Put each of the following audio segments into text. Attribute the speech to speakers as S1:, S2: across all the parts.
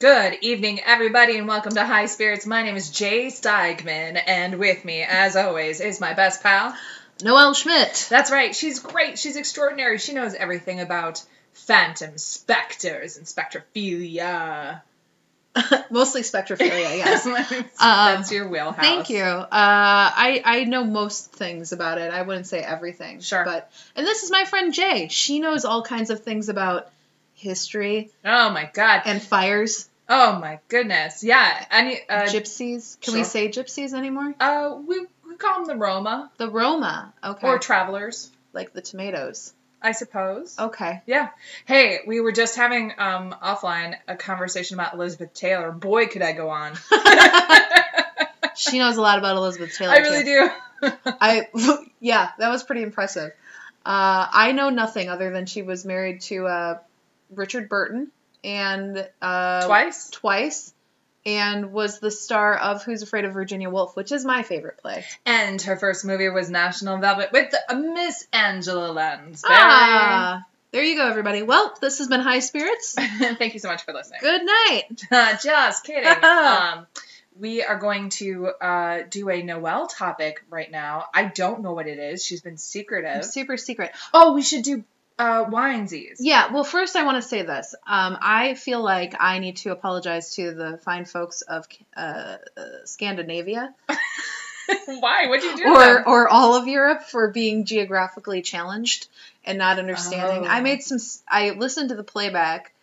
S1: Good evening, everybody, and welcome to High Spirits. My name is Jay Steigman, and with me, as always, is my best pal.
S2: Noelle Schmidt.
S1: That's right, she's great, she's extraordinary, she knows everything about phantom specters and spectrophilia.
S2: Mostly spectrophilia, yes.
S1: That's your wheelhouse.
S2: Um, Thank you. Uh, I I know most things about it. I wouldn't say everything.
S1: Sure.
S2: But and this is my friend Jay. She knows all kinds of things about history
S1: Oh my god.
S2: and fires,
S1: oh my goodness. Yeah. Any, uh,
S2: gypsies. Can we
S1: sure.
S2: say gypsies anymore?
S1: uh, we, we call them the Roma
S2: The Roma. Okay.
S1: or travelers,
S2: like the tomatoes.
S1: I suppose.
S2: Okay.
S1: Yeah. Hey, we were just having um offline a conversation about Elizabeth Taylor. Boy, could I go on.
S2: She knows a lot about Elizabeth Taylor.
S1: I really
S2: too.
S1: do.
S2: I yeah, that was pretty impressive. Uh, I know nothing other than she was married to uh, Richard Burton and uh,
S1: Twice?
S2: twice, and was the star of Who's Afraid of Virginia Woolf, which is my favorite play.
S1: And her first movie was National Velvet with uh, Miss Angela Lansbury.
S2: Ah, there you go, everybody. Well, this has been High Spirits.
S1: Thank you so much for listening.
S2: Good night.
S1: just kidding. um, we are going to uh, do a Noel topic right now. I don't know what it is. She's been secretive.
S2: Super secret.
S1: Oh, we should do uh, winesies.
S2: Yeah, well, first I want to say this. Um, I feel like I need to apologize to the fine folks of uh, uh, Scandinavia.
S1: Why? What'd you do? to them?
S2: or or all of Europe for being geographically challenged and not understanding.
S1: Oh.
S2: I made some. s- I listened to the playback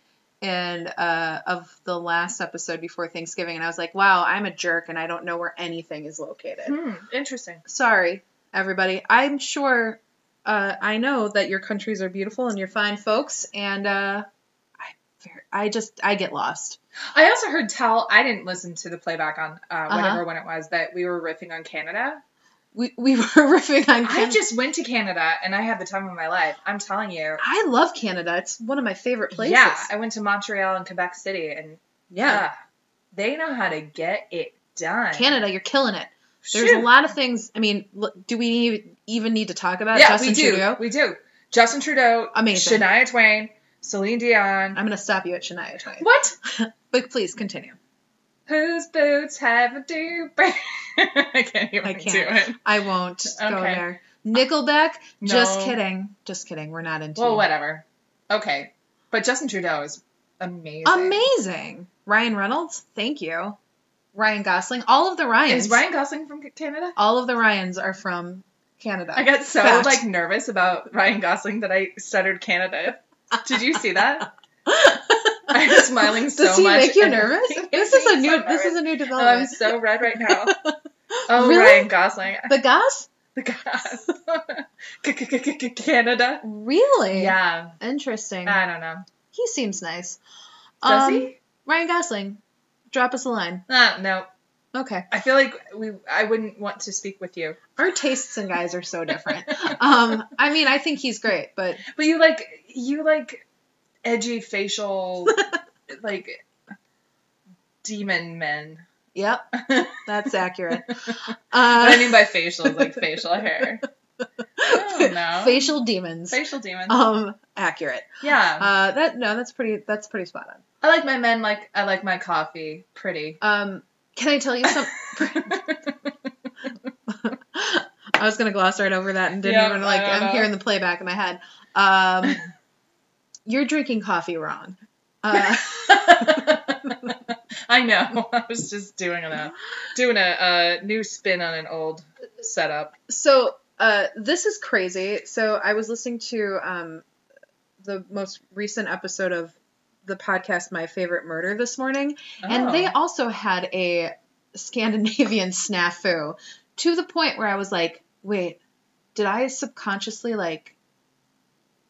S2: and uh, of the last episode before Thanksgiving, and I was like, "Wow, I'm a jerk, and I don't know where anything is located."
S1: Hmm, interesting.
S2: Sorry, everybody. I'm sure. Uh, I know that your countries are beautiful and you're fine folks, and uh, I, I just I get lost.
S1: I also heard tell. I didn't listen to the playback on uh,
S2: Uh-huh.
S1: whatever when it was that we were riffing on Canada.
S2: We, we were riffing on.
S1: I just went to Canada and I had the time of my life. I'm telling you.
S2: I love Canada. It's one of my favorite places.
S1: Yeah, I went to Montreal and Quebec City, and
S2: yeah.
S1: ah, they know how to get it done.
S2: Canada, you're killing it. There's
S1: Shoot.
S2: a lot of things. I mean, l- do we even- even need to talk about
S1: Yeah,
S2: Justin
S1: we do.
S2: Trudeau?
S1: We do. Justin Trudeau,
S2: Amazing.
S1: Shania Twain, Celine Dion.
S2: I'm going to stop you at Shania Twain.
S1: What?
S2: But please continue.
S1: Whose boots have a deep? I can't even
S2: I
S1: do
S2: can't.
S1: it.
S2: I won't go
S1: Okay.
S2: there. Nickelback?
S1: No.
S2: Just kidding. Just kidding. We're not into
S1: Well,
S2: you.
S1: whatever. Okay, but Justin Trudeau is amazing.
S2: Amazing. Ryan Reynolds? Thank you. Ryan Gosling? All of the Ryans.
S1: Is Ryan Gosling from Canada?
S2: All of the Ryans are from Canada.
S1: I got so
S2: Fact.
S1: like nervous about Ryan Gosling that I stuttered Canada. Did you see that? I'm smiling so
S2: Does he
S1: much.
S2: make you
S1: and-
S2: nervous?
S1: He
S2: This
S1: makes
S2: is a
S1: me
S2: new.
S1: so
S2: this
S1: nervous.
S2: is a new
S1: Oh, I'm
S2: development.
S1: so red right now. Oh,
S2: Really?
S1: Ryan Gosling.
S2: the Goss?
S1: The gods. C- c- c- c- Canada.
S2: Really?
S1: Yeah.
S2: Interesting.
S1: I don't know.
S2: He seems nice.
S1: Does
S2: Um,
S1: he?
S2: Ryan Gosling, drop us a line.
S1: Uh, no.
S2: Okay.
S1: I feel like we. I wouldn't want to speak with you.
S2: Our tastes in guys are so different. um, I mean, I think he's great, but
S1: But you like you like edgy facial like demon men.
S2: yep, that's accurate. Uh,
S1: What I mean by facial is like facial hair. I don't know.
S2: Uh, facial demons.
S1: facial demons.
S2: Um, accurate.
S1: yeah.
S2: Uh, that no, that's pretty. That's pretty spot on.
S1: I like my men like I like my coffee pretty.
S2: Um, can I tell you some? I was gonna gloss right over that and didn't
S1: Yeah,
S2: even like.
S1: I don't
S2: I'm
S1: know.
S2: hearing the playback in my head. Um, you're drinking coffee wrong. Uh,
S1: I know. I was just doing a doing a, uh new spin on an old setup.
S2: So uh, this is crazy. So I was listening to um, the most recent episode of the podcast My Favorite Murder this morning, and
S1: Oh.
S2: they also had a Scandinavian snafu to the point where I was like, wait, did I subconsciously like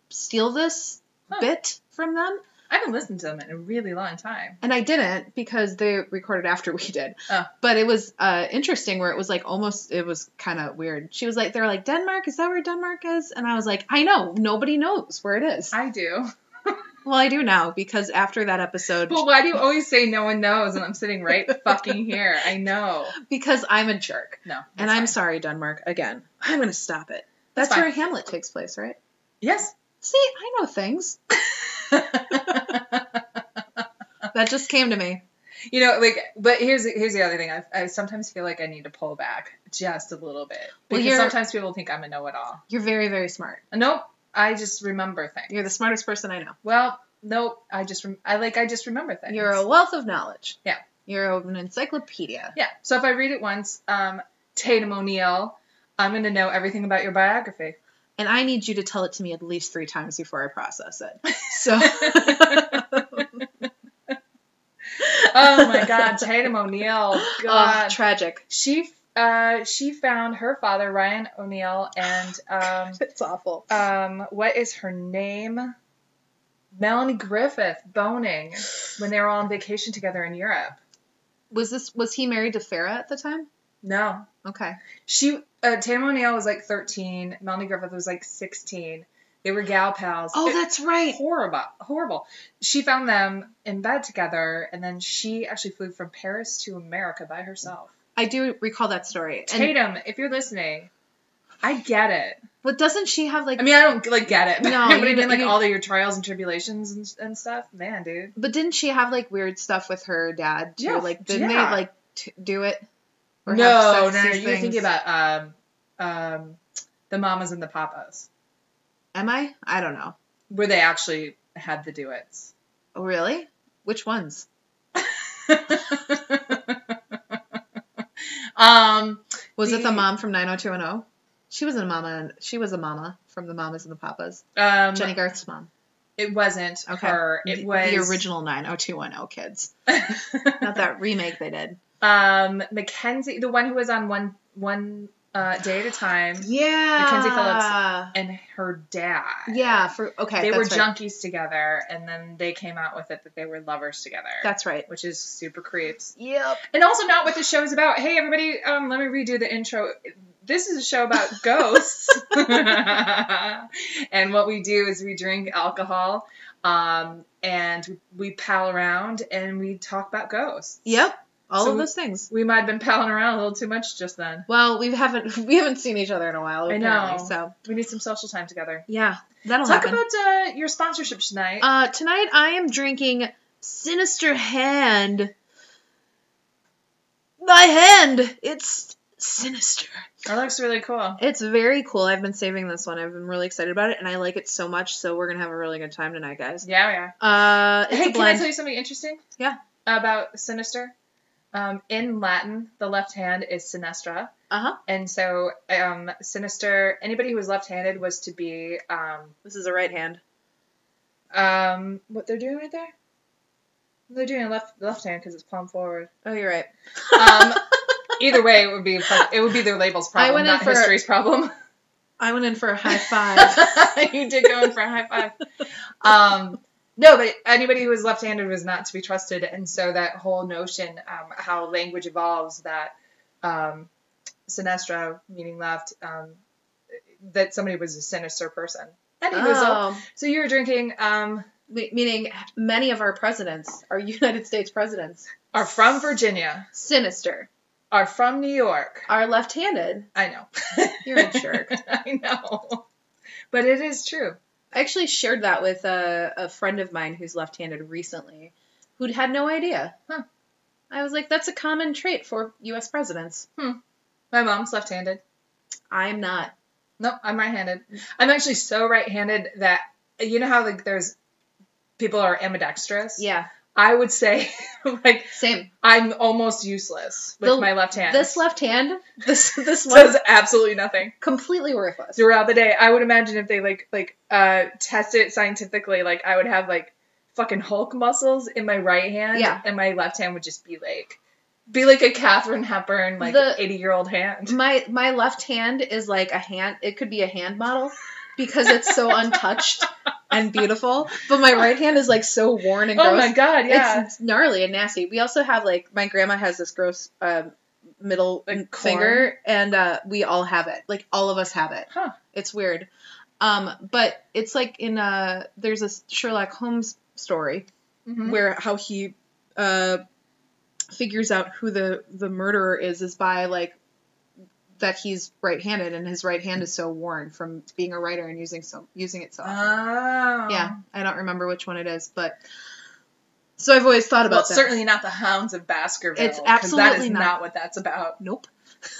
S2: steal this
S1: Huh.
S2: bit from them?
S1: I haven't listened to them in a really long time.
S2: And I didn't because they recorded after we did.
S1: Oh.
S2: But it was uh, interesting where it was like almost, it was kind of weird. She was like, they're like, Denmark, is that where Denmark is? And I was like, I know, nobody knows where it is.
S1: I do.
S2: well, I do now because after that episode,
S1: But why do you always say no one knows and I'm sitting right fucking here? I know.
S2: because I'm a jerk.
S1: No.
S2: And
S1: that's
S2: I'm
S1: fine.
S2: sorry, Denmark, again. I'm going to stop it.
S1: That's
S2: That's,
S1: fine.
S2: where Hamlet takes place, right?
S1: Yes. Oh.
S2: See, I know things. That just came to me.
S1: You know, like, but here's here's the other thing. I, I sometimes feel like I need to pull back just a little bit
S2: Well,
S1: because
S2: you're-
S1: sometimes people think I'm a know-it-all.
S2: You're very, very smart.
S1: Nope, I just remember things.
S2: You're the smartest person I know.
S1: Well, nope, I just rem- I like I just remember things.
S2: You're a wealth of knowledge.
S1: Yeah.
S2: You're an encyclopedia.
S1: yeah. So if I read it once, um, Tatum O'Neill, I'm gonna know everything about your biography.
S2: And I need you to tell it to me at least three times before I process it. So
S1: Oh my God, Tatum O'Neill.
S2: Ugh,
S1: God,
S2: tragic.
S1: she uh she found her father Ryan O'Neill and um
S2: It's awful.
S1: um what is her name? Melanie Griffith boning when they were all on vacation together in Europe.
S2: Was this was he married to Farah at the time?
S1: No,
S2: Okay.
S1: she uh, Tatum O'Neill was like 13. Melanie Griffith was like 16. They were gal pals.
S2: Oh,
S1: It-
S2: that's right.
S1: horrible, horrible. She found them in bed together, and then she actually flew from Paris to America by herself.
S2: I do recall that story. And
S1: Tatum, if you're listening, I get it.
S2: but doesn't she have like
S1: I mean, I don't like get it.
S2: No,
S1: but
S2: you
S1: I mean,
S2: don't-
S1: like
S2: you-
S1: all of your trials and tribulations and, and stuff, man, dude.
S2: but didn't she have like weird stuff with her dad too?
S1: Yeah,
S2: like didn't
S1: yeah.
S2: they like t- do it?
S1: No,
S2: have
S1: no, no,
S2: sexy
S1: You're thinking
S2: things?
S1: about um, um, the mamas and the papas,
S2: Am I? I don't know.
S1: where they actually had the duets.
S2: Oh, really? Which ones?
S1: um,
S2: Was it the
S1: The-
S2: mom from 90210? She was a mama. She was a mama from the Mamas and the Papas.
S1: um,
S2: Jenny Garth's mom.
S1: it wasn't
S2: Okay.
S1: her. It
S2: The-
S1: was
S2: the original 90210 kids, not that remake they did.
S1: um, Mackenzie, the one who was on one one uh, day at a time,
S2: Yeah,
S1: Mackenzie Phillips. and her dad.
S2: Yeah, for okay.
S1: they
S2: that's
S1: were
S2: right.
S1: junkies together, and then they came out with it that they were lovers together.
S2: That's right.
S1: which is super creeps.
S2: Yep.
S1: And also not what the show is about. Hey everybody, um, let me redo the intro. This is a show about ghosts. and what we do is we drink alcohol, um, and we pal around and we talk about ghosts.
S2: Yep. All
S1: So
S2: of
S1: we-
S2: those things.
S1: We might have been palling around a little too much just then.
S2: Well, we haven't we haven't seen each other in a while.
S1: I know.
S2: apparently, So
S1: We need some social time together.
S2: yeah, that'll
S1: Talk
S2: happen.
S1: about uh, your sponsorship tonight.
S2: uh, tonight I am drinking Sinister Hand. My hand, it's sinister.
S1: that looks really cool.
S2: It's very cool. I've been saving this one. I've been really excited about it, and I like it so much. So we're gonna have a really good time tonight, guys.
S1: Yeah, yeah.
S2: Uh, it's
S1: hey,
S2: a
S1: can I
S2: blend.
S1: tell you something interesting?
S2: Yeah.
S1: About sinister. Um, in Latin, the left hand is sinistra,
S2: uh-huh.
S1: and so um, sinister. Anybody who was left-handed was to be um,
S2: This is a right hand.
S1: um, what they're doing right there. They're doing a left left hand because it's palm forward.
S2: Oh, you're right.
S1: Um, either way, it would be it would be their labels problem,
S2: I went in
S1: not
S2: for-
S1: history's problem.
S2: I went in for a high five.
S1: you did go in for a high five. Um, no, but anybody who was left-handed was not to be trusted, and so that whole notion, um, how language evolves, that um, sinistra meaning left, um, that somebody was a sinister person. Any result.
S2: oh.
S1: So you were drinking um,
S2: Me- meaning many of our presidents, our United States presidents,
S1: are from Virginia,
S2: sinister,
S1: are from New York.
S2: are left-handed.
S1: I know.
S2: You're a jerk.
S1: I know. But it is true.
S2: I actually shared that with a, a friend of mine who's left-handed recently, who'd had no idea.
S1: Huh.
S2: I was like, that's a common trait for U.S. presidents.
S1: My mom's left-handed.
S2: I'm not.
S1: No, I'm right-handed. I'm actually so right-handed that you know how like there's people are ambidextrous.
S2: Yeah,
S1: I would say like
S2: same.
S1: I'm almost useless with
S2: The-
S1: my left hand.
S2: This left hand, this this one,
S1: does absolutely nothing
S2: completely worthless.
S1: throughout the day. I would imagine if they like like uh tested it scientifically, like I would have like fucking Hulk muscles in my right hand,
S2: Yeah.
S1: and my left hand would just be like be like a Katherine Hepburn like
S2: The-
S1: eighty year old hand.
S2: My my left hand is like a hand. It could be a hand model because it's so untouched and beautiful. But my right hand is like so worn and gross.
S1: Oh my god, yeah.
S2: It's gnarly and nasty. We also have like my grandma has this gross um, middle
S1: Like corn?
S2: finger, and uh, we all have it. Like all of us have it.
S1: Huh.
S2: It's weird, um, but it's like in uh, there's a Sherlock Holmes story
S1: Mhm.
S2: where how he uh, figures out who the the murderer is is by like that he's right-handed and his right hand is so worn from being a writer and using so using it so often.
S1: Oh.
S2: yeah i don't remember which one it is but So I've always thought about
S1: well,
S2: that.
S1: certainly not the Hounds of Baskerville.
S2: It's
S1: 'cause that
S2: absolutely
S1: is
S2: not.
S1: not what that's about.
S2: Nope.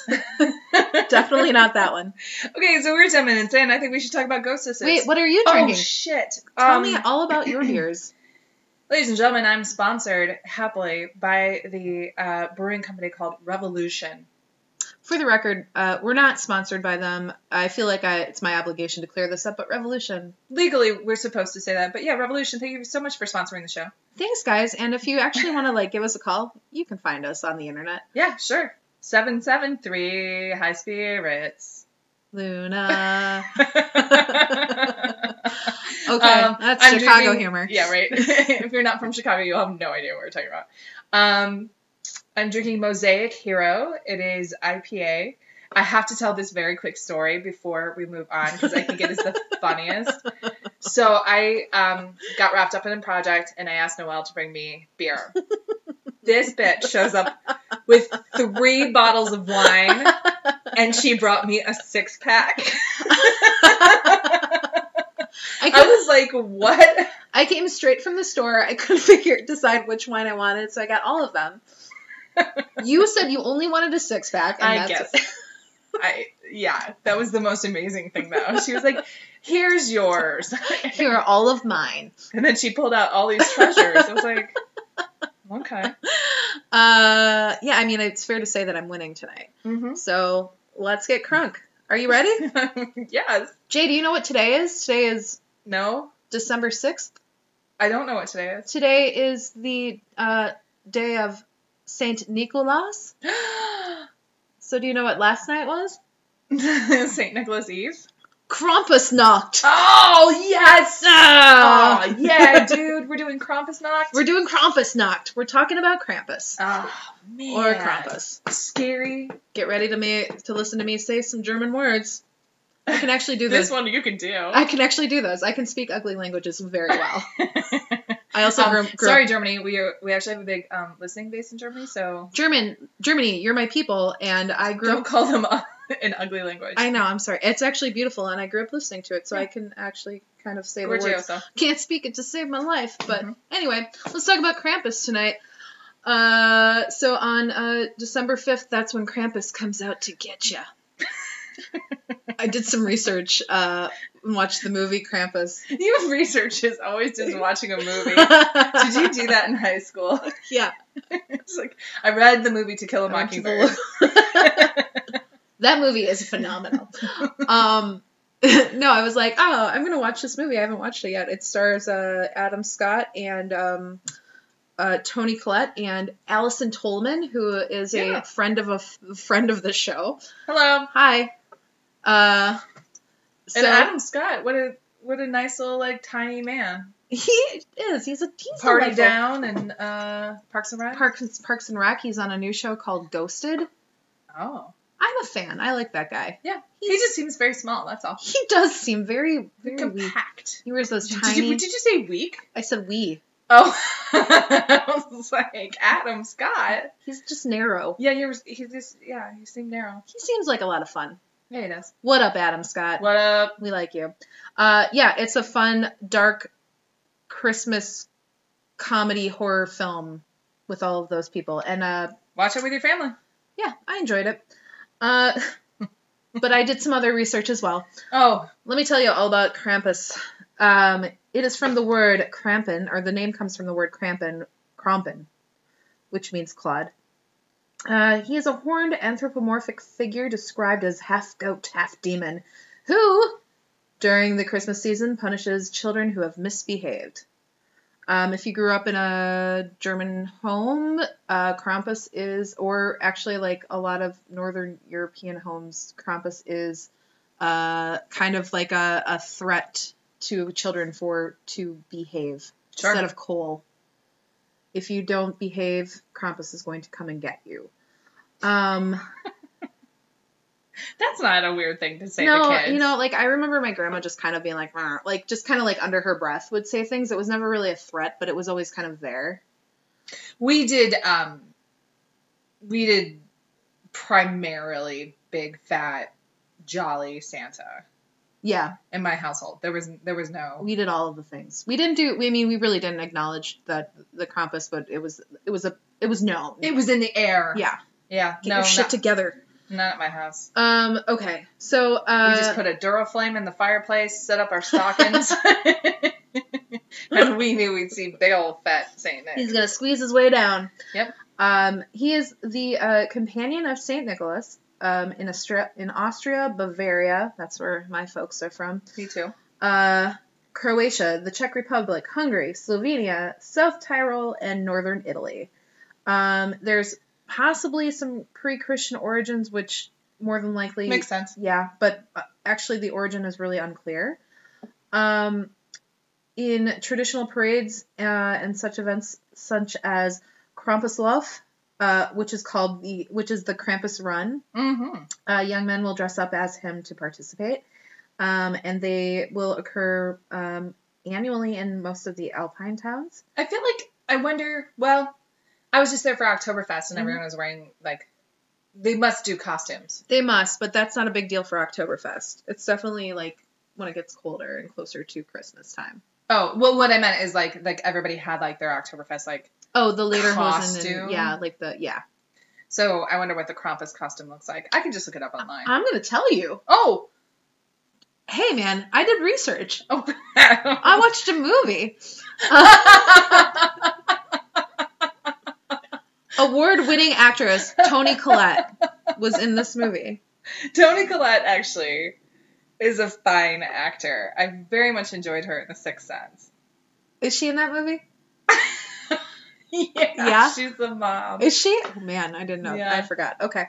S2: Definitely not that one.
S1: Okay, so we're ten minutes in. I think we should talk about ghostesses.
S2: Wait, what are you
S1: Oh
S2: drinking?
S1: shit!
S2: Tell
S1: Um,
S2: me all about your beers.
S1: ladies and gentlemen, I'm sponsored happily by the uh, brewing company called Revolution.
S2: For the record, uh, we're not sponsored by them. I feel like I, it's my obligation to clear this up, but Revolution.
S1: Legally, we're supposed to say that, but yeah, Revolution. Thank you so much for sponsoring the show.
S2: Thanks, guys. And if you actually want to like give us a call, you can find us on the internet.
S1: Yeah, sure. Seven seven three high spirits.
S2: Luna.
S1: okay,
S2: Okay, that's Chicago humor.
S1: Um, Yeah, right. if you're not from Chicago, you'll have no idea what we're talking about. Um, I'm drinking Mosaic Hero. It is IPA. I have to tell this very quick story before we move on because I think it is the funniest. So I um, got wrapped up in a project and I asked Noelle to bring me beer. This bitch shows up with three bottles of wine and she brought me a six pack.
S2: I,
S1: I
S2: couldn't-
S1: was like, what?
S2: I came straight from the store. I couldn't figure decide which wine I wanted, so I got all of them. You said you only wanted a six pack, and
S1: I
S2: that's
S1: guess. I yeah, that was the most amazing thing though. She was like, "Here's yours,"
S2: here are all of mine.
S1: and then she pulled out all these treasures. I was like, "Okay."
S2: Uh, yeah, I mean it's fair to say that I'm winning tonight.
S1: Mm-hmm.
S2: So let's get crunk. Are you ready?
S1: yes.
S2: Jay, do you know what today is? Today is
S1: No.
S2: December sixth.
S1: I don't know what today is.
S2: Today is the uh, day of Saint Nicholas. So do you know what last night was?
S1: Saint Nicholas Eve.
S2: Krampusnacht.
S1: Oh yes!
S2: Ah.
S1: Oh yeah, dude, we're doing Krampusnacht.
S2: We're doing Krampusnacht. We're talking about Krampus
S1: oh man,
S2: or Krampus.
S1: Scary.
S2: Get ready to me to listen to me say some German words. I can actually do
S1: This
S2: this.
S1: one you can do.
S2: I can actually do those. I can speak ugly languages very well. I also
S1: Um,
S2: grew, grew
S1: sorry,
S2: up-
S1: Germany. We are, we actually have a big um, listening base in Germany, so
S2: German, Germany. You're my people, and I grew
S1: don't
S2: up.
S1: call them u- an ugly language.
S2: I know. I'm sorry. It's actually beautiful, and I grew up listening to it, so I can actually kind of say the words.
S1: Gorgioso.
S2: can't speak it to save my life. But
S1: Mhm.
S2: anyway, let's talk about Krampus tonight. Uh, so on uh, December 5th, that's when Krampus comes out to get you. I did some research uh, and watched the movie Krampus.
S1: You research is always just watching a movie. Did you do that in high school?
S2: Yeah.
S1: It's like I read the movie To Kill a
S2: Back to the
S1: Mockingbird.
S2: That movie is phenomenal. um, no, I was like, oh, I'm gonna watch this movie. I haven't watched it yet. It stars uh, Adam Scott and um, uh, Tony Collette and Allison Tolman, who is a
S1: Yeah.
S2: friend of a f- friend of the show.
S1: Hello,
S2: Hi. Uh, so
S1: and Adam Scott. What a what a nice little like tiny man.
S2: he is. He's a he's
S1: Party
S2: delightful.
S1: down and uh, Parks and Rec.
S2: Parks Parks and Rec. He's on a new show called Ghosted.
S1: oh,
S2: I'm a fan. I like that guy.
S1: yeah. He just seems very small. That's all.
S2: He does seem very very weak.
S1: Compact.
S2: He wears those
S1: Did
S2: tiny.
S1: you, did you say weak?
S2: I said we.
S1: Oh, I was like Adam Scott.
S2: He's just narrow.
S1: Yeah, you're. He's just. Yeah, he seemed narrow.
S2: He seems like a lot of fun.
S1: Yeah, he does.
S2: What up, Adam Scott?
S1: What up?
S2: We like you. Uh, yeah, it's a fun, dark Christmas comedy horror film with all of those people, and uh,
S1: Watch it with your family.
S2: yeah, I enjoyed it. Uh, but I did some other research as well.
S1: Oh,
S2: Let me tell you all about Krampus. Um, it is from the word Krampen, or the name comes from the word Krampen, Krampen, which means clod. Uh, he is a horned anthropomorphic figure described as half goat, half demon, who, during the Christmas season, punishes children who have misbehaved. Um, if you grew up in a German home, uh, Krampus is, or actually like a lot of Northern European homes, Krampus is uh, kind of like a, a threat to children for to behave
S1: Sure.
S2: instead of coal. If you don't behave, Krampus is going to come and get you. Um,
S1: that's not a weird thing to say to
S2: no,
S1: kids.
S2: you know, like I remember my grandma just kind of being like, "Rrr," like just kind of like under her breath would say things. It was never really a threat, but it was always kind of there.
S1: we did. Um, we did primarily big fat jolly Santa.
S2: Yeah,
S1: in my household. There was there was no
S2: we did all of the things. We didn't do. I mean, we really didn't acknowledge that the Krampus, but it was it was a it was known.
S1: it was in the air.
S2: yeah,
S1: Yeah.
S2: get
S1: no,
S2: your shit
S1: not,
S2: together.
S1: not at my house.
S2: Um. Okay. So uh,
S1: We just put a Duraflame in the fireplace, set up our stockings, and we knew we'd see big old fat Saint Nick.
S2: He's gonna squeeze his way down.
S1: Yep.
S2: Um, he is the uh, companion of Saint Nicholas um, in Austria, in Austria, Bavaria. That's where my folks are from.
S1: Me too.
S2: Uh, Croatia, the Czech Republic, Hungary, Slovenia, South Tyrol, and Northern Italy. Um, there's possibly some pre-Christian origins, which more than likely
S1: Makes sense.
S2: yeah, but uh, actually the origin is really unclear. Um, in traditional parades uh, and such events, such as Krampuslauf, uh, which is called the which is the Krampus Run,
S1: Mm-hmm.
S2: uh, young men will dress up as him to participate, um, and they will occur um, annually in most of the Alpine towns.
S1: I feel like I wonder. Well, I was just there for Oktoberfest, and everyone was wearing like they must do costumes.
S2: They must, but that's not a big deal for Oktoberfest. It's definitely like when it gets colder and closer to Christmas time.
S1: Oh, well, what I meant is like like everybody had like their Oktoberfest like.
S2: Oh, the later
S1: Costume.
S2: yeah, like the yeah.
S1: So I wonder what the Krampus costume looks like. I could just look it up online.
S2: I'm gonna tell you.
S1: oh,
S2: Hey, man, I did research.
S1: oh.
S2: I watched a movie.
S1: Oh!
S2: Award-winning actress Toni Collette was in this movie.
S1: Tony Collette actually is a fine actor. I very much enjoyed her in The Sixth Sense.
S2: Is she in that movie?
S1: yeah,
S2: Yeah?
S1: she's the mom.
S2: Is she? Oh man, I didn't know.
S1: Yeah.
S2: I forgot. Okay.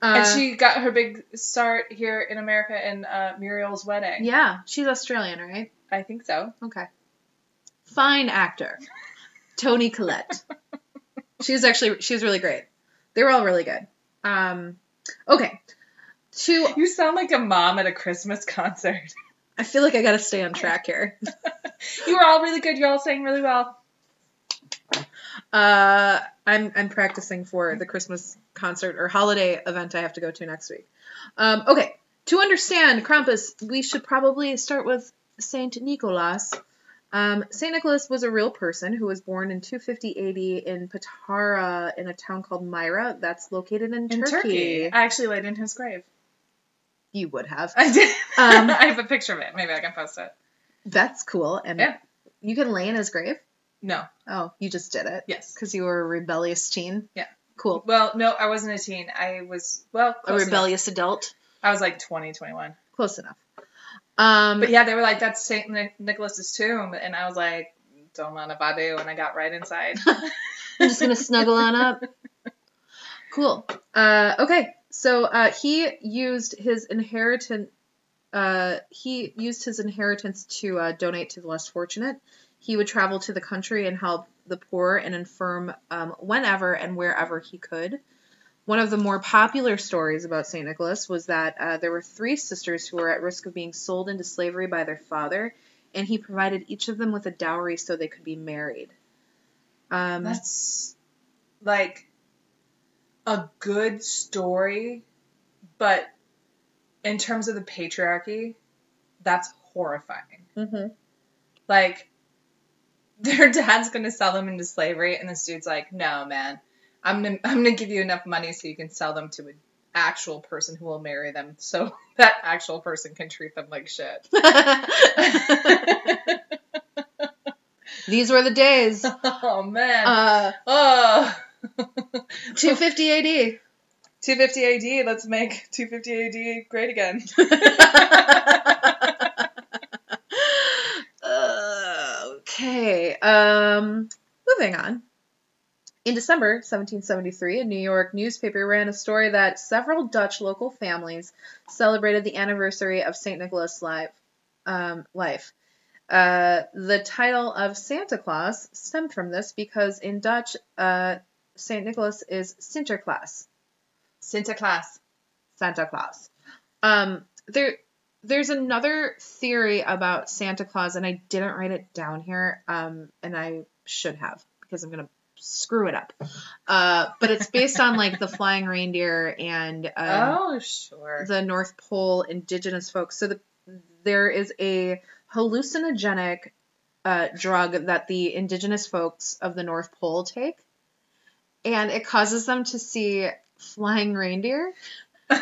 S1: and
S2: Uh,
S1: she got her big start here in America in uh, Muriel's Wedding.
S2: Yeah, she's Australian, right?
S1: I think so.
S2: Okay. Fine actor, Toni Collette. she was actually she was really great. They were all really good. Um, okay. To
S1: You sound like a mom at a Christmas concert.
S2: I feel like I gotta stay on track here.
S1: You were all really good. You all sang really well.
S2: Uh, I'm I'm practicing for the Christmas concert or holiday event I have to go to next week. Um, okay, to understand Krampus, we should probably start with Saint Nicholas. Um, Saint Nicholas was a real person who was born in 250 AD in Patara in a town called Myra that's located in,
S1: In Turkey. I actually laid in his grave.
S2: You would have.
S1: I did.
S2: Um,
S1: I have a picture of it. Maybe I can post it.
S2: That's cool. And
S1: Yeah.
S2: you can lay in his grave.
S1: No.
S2: Oh, you just did it
S1: Yes.
S2: because you were a rebellious teen.
S1: Yeah.
S2: Cool.
S1: Well, no, I wasn't a teen. I was, well,
S2: A
S1: close enough.
S2: rebellious adult.
S1: I was like 20, 21.
S2: Close enough. Um,
S1: But yeah, they were like, that's St. Nic- Nicholas's tomb. And I was like, don't mind if I do. And I got right inside.
S2: I'm just gonna snuggle on up. Cool. Uh, okay, so uh, he used his inheritance. Uh, he used his inheritance to uh, donate to the less fortunate. He would travel to the country and help the poor and infirm um, whenever and wherever he could. One of the more popular stories about St. Nicholas was that uh, there were three sisters who were at risk of being sold into slavery by their father, and he provided each of them with a dowry so they could be married. Um,
S1: that's like a good story. But in terms of the patriarchy, that's horrifying.
S2: Mm-hmm.
S1: Like, their dad's going to sell them into slavery. And this dude's like, no, man, I'm going to I'm going to give you enough money so you can sell them to an actual person who will marry them so that actual person can treat them like shit.
S2: These were the days.
S1: oh man.
S2: Uh,
S1: oh.
S2: 250
S1: 250 AD. Let's make 250 AD great again.
S2: AD. Uh, okay. Um, moving on. In December 1773, a New York newspaper ran a story that several Dutch local families celebrated the anniversary of St. Nicholas' life. Um, life. Uh, the title of Santa Claus stemmed from this because in Dutch, uh, St. Nicholas is Sinterklaas.
S1: Sinterklaas.
S2: Santa Claus. Um, there, there's another theory about Santa Claus, and I didn't write it down here, um, and I should have because I'm gonna screw it up. Uh, but it's based on like the flying reindeer and um,
S1: oh, sure.
S2: the North Pole indigenous folks. So the there is a hallucinogenic uh, drug that the indigenous folks of the North Pole take, and it causes them to see flying reindeer.
S1: Uh.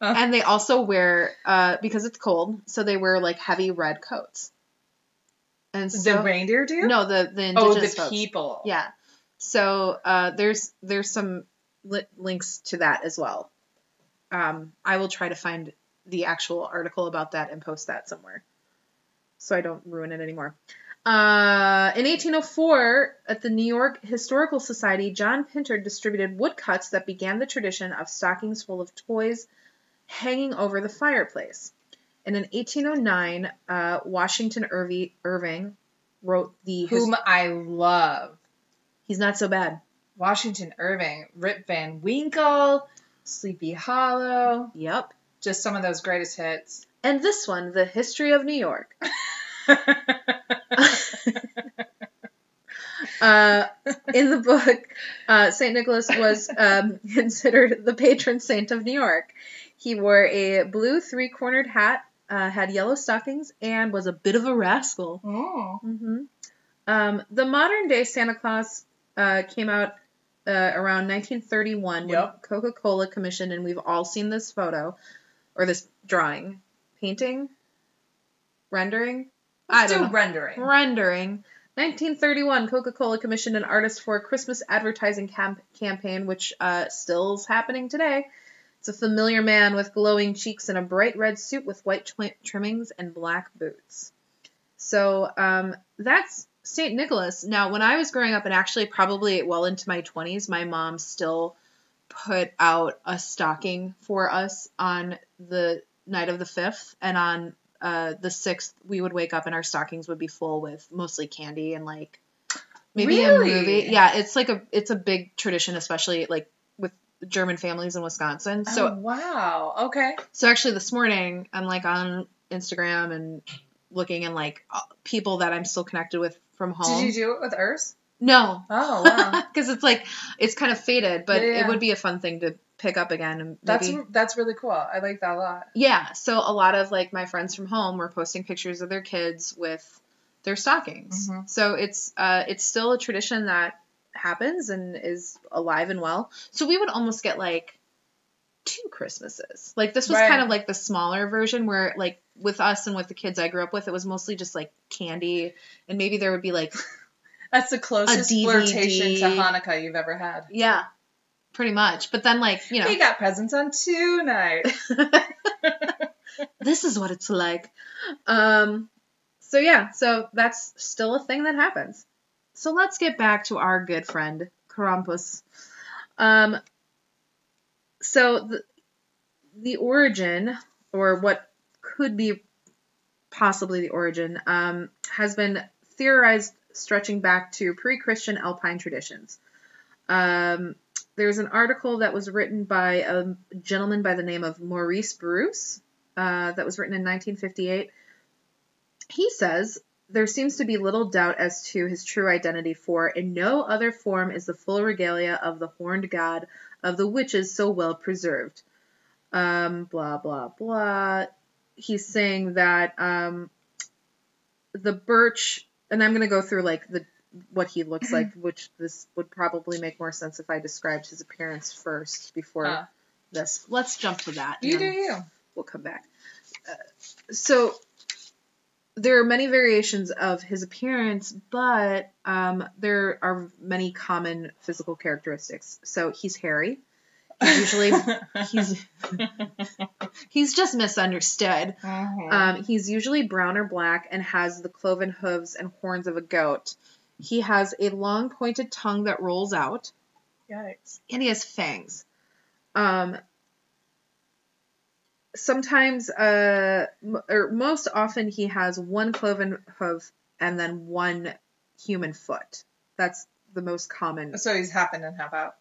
S2: And they also wear, uh, because it's cold, so they wear like heavy red coats. And so,
S1: the reindeer do?
S2: no, the the
S1: oh,
S2: indigenous
S1: the
S2: folks.
S1: people.
S2: Yeah. So uh, there's there's some li- links to that as well. Um, I will try to find the actual article about that and post that somewhere, so I don't ruin it anymore. Uh, in 1804, at the New York Historical Society, John Pinter distributed woodcuts that began the tradition of stockings full of toys hanging over the fireplace. And in 1809, uh, Washington Irvi- Irving wrote the.
S1: Whom I love.
S2: He's not so bad.
S1: Washington Irving, Rip Van Winkle, Sleepy Hollow,
S2: Yep.
S1: just some of those greatest hits.
S2: And this one, The History of New York. Uh, in the book, uh, St. Nicholas was um, considered the patron saint of New York. He wore a blue three cornered hat, uh, had yellow stockings, and was a bit of a rascal.
S1: Mm.
S2: hmm Um, the modern day Santa Claus uh, came out uh, around 1931 when
S1: Yep.
S2: Coca Cola commissioned, and we've all seen this photo or this drawing, painting, rendering. I
S1: Let's
S2: don't
S1: do
S2: know.
S1: rendering.
S2: Rendering. 1931, Coca Cola commissioned an artist for a Christmas advertising camp- campaign, which uh, still is happening today. It's a familiar man with glowing cheeks and a bright red suit with white twi- trimmings and black boots. So um, that's St. Nicholas. Now, when I was growing up, and actually probably well into my 20s, my mom still put out a stocking for us on the night of the 5th and on uh, the sixth, we would wake up and our stockings would be full with mostly candy and like maybe
S1: Really?
S2: a movie. Yeah, it's like a it's a big tradition, especially like with German families in Wisconsin. So
S1: oh, wow. Okay.
S2: so actually, this morning I'm like on Instagram and looking and like uh, people that I'm still connected with from home.
S1: Did you do it with Urs?
S2: no,
S1: Oh wow.
S2: because it's like it's kind of faded, but
S1: Yeah, yeah.
S2: it would be a fun thing to pick up again. And maybe,
S1: that's that's really cool. I like that a lot.
S2: yeah, so a lot of like my friends from home were posting pictures of their kids with their stockings.
S1: Mhm.
S2: So it's uh, it's still a tradition that happens and is alive and well. So we would almost get like two Christmases. Like this was
S1: Right.
S2: kind of like the smaller version where like with us and with the kids I grew up with, it was mostly just like candy and maybe there would be like
S1: That's the closest
S2: DVD.
S1: flirtation to Hanukkah you've ever had.
S2: yeah, pretty much. But then like you know
S1: We got presents on two nights.
S2: this is what it's like. Um, so yeah, so that's still a thing that happens. So let's get back to our good friend Krampus. Um, so the, the origin, or what could be possibly the origin, um, has been theorized stretching back to pre-Christian Alpine traditions. Um, there's an article that was written by a gentleman by the name of Maurice Bruce, uh, that was written in 1958. He says there seems to be little doubt as to his true identity, for in no other form is the full regalia of the horned god of the witches so well preserved. Um, blah blah blah. He's saying that um, the birch, and I'm going to go through like the what he looks like, which this would probably make more sense if I described his appearance first before
S1: Uh.
S2: this. Let's jump to that. and
S1: You do
S2: then-
S1: you.
S2: we'll come back. Uh, so there are many variations of his appearance, but um, there are many common physical characteristics. So he's hairy. He's usually he's he's just misunderstood.
S1: Mhm.
S2: Um, he's usually brown or black and has the cloven hooves and horns of a goat. He has a long pointed tongue that rolls out
S1: Yikes.
S2: and he has fangs. Um, sometimes, uh, m- or most often, he has one cloven hoof and then one human foot. That's the most common.
S1: So he's happen and half out.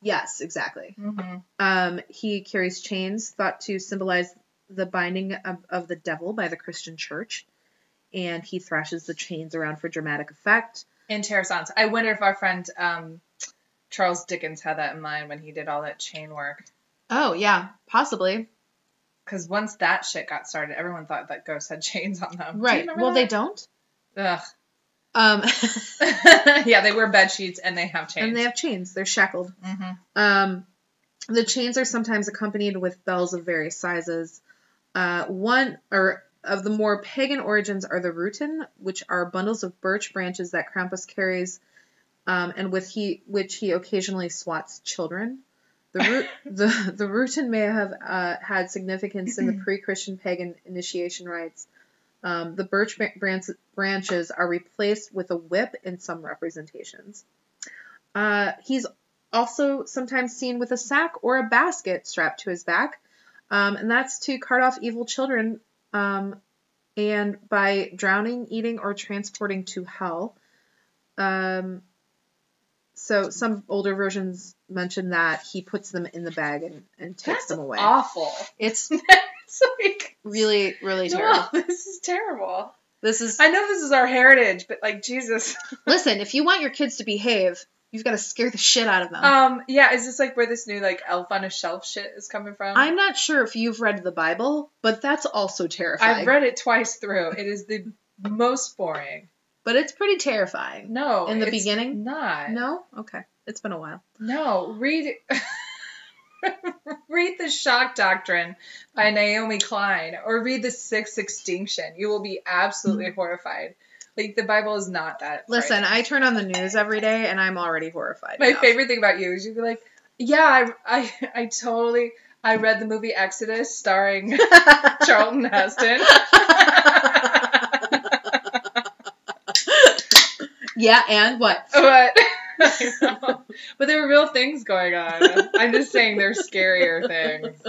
S2: Yes, exactly.
S1: Mm-hmm.
S2: Um, he carries chains thought to symbolize the binding of, of the devil by the Christian church, and he thrashes the chains around for dramatic effect.
S1: In Terrasance. I wonder if our friend um, Charles Dickens had that in mind when he did all that chain work.
S2: Oh, yeah, possibly.
S1: because once that shit got started, everyone thought that ghosts had chains on them. Do you
S2: Right.
S1: remember
S2: Well, they
S1: that?
S2: don't.
S1: Ugh.
S2: Um,
S1: yeah, they wear bed sheets and they have chains.
S2: and they have chains. They're shackled.
S1: Mhm.
S2: Um, the chains are sometimes accompanied with bells of various sizes. Uh, one or of the more pagan origins are the rutin, which are bundles of birch branches that Krampus carries, um, and with he which he occasionally swats children. The root the the rutin may have uh, had significance in the pre-Christian pagan initiation rites. Um, the birch bran- branch, branches are replaced with a whip in some representations. Uh, he's also sometimes seen with a sack or a basket strapped to his back, um, and that's to cart off evil children um, and by drowning, eating, or transporting to hell. Um, so some older versions mention that he puts them in the bag and, and takes
S1: That's
S2: them away.
S1: awful.
S2: It's
S1: It's like,
S2: really, really terrible.
S1: no, this is terrible.
S2: This is
S1: I know this is our heritage, but like Jesus.
S2: listen. If you want your kids to behave, you've got to scare the shit out of them.
S1: Um, yeah, is this like where this new like elf on a shelf shit is coming from?
S2: I'm not sure if you've read the Bible, but that's also terrifying.
S1: I've read it twice through. It is the most boring.
S2: but it's pretty terrifying.
S1: No,
S2: In the
S1: it's
S2: beginning?
S1: not.
S2: No? Okay. It's been a while.
S1: No, read read the Shock Doctrine by Naomi Klein or read the Sixth Extinction. You will be absolutely horrified. Like the Bible is not that.
S2: Mm-hmm. Listen,
S1: frightening.
S2: I turn on the news every day and I'm already horrified.
S1: my
S2: enough.
S1: favorite thing about you is you'd be like, yeah, I I, I totally I read the movie Exodus starring Charlton Heston.
S2: yeah, and what?
S1: but but there were real things going on. I'm just saying they're scarier things.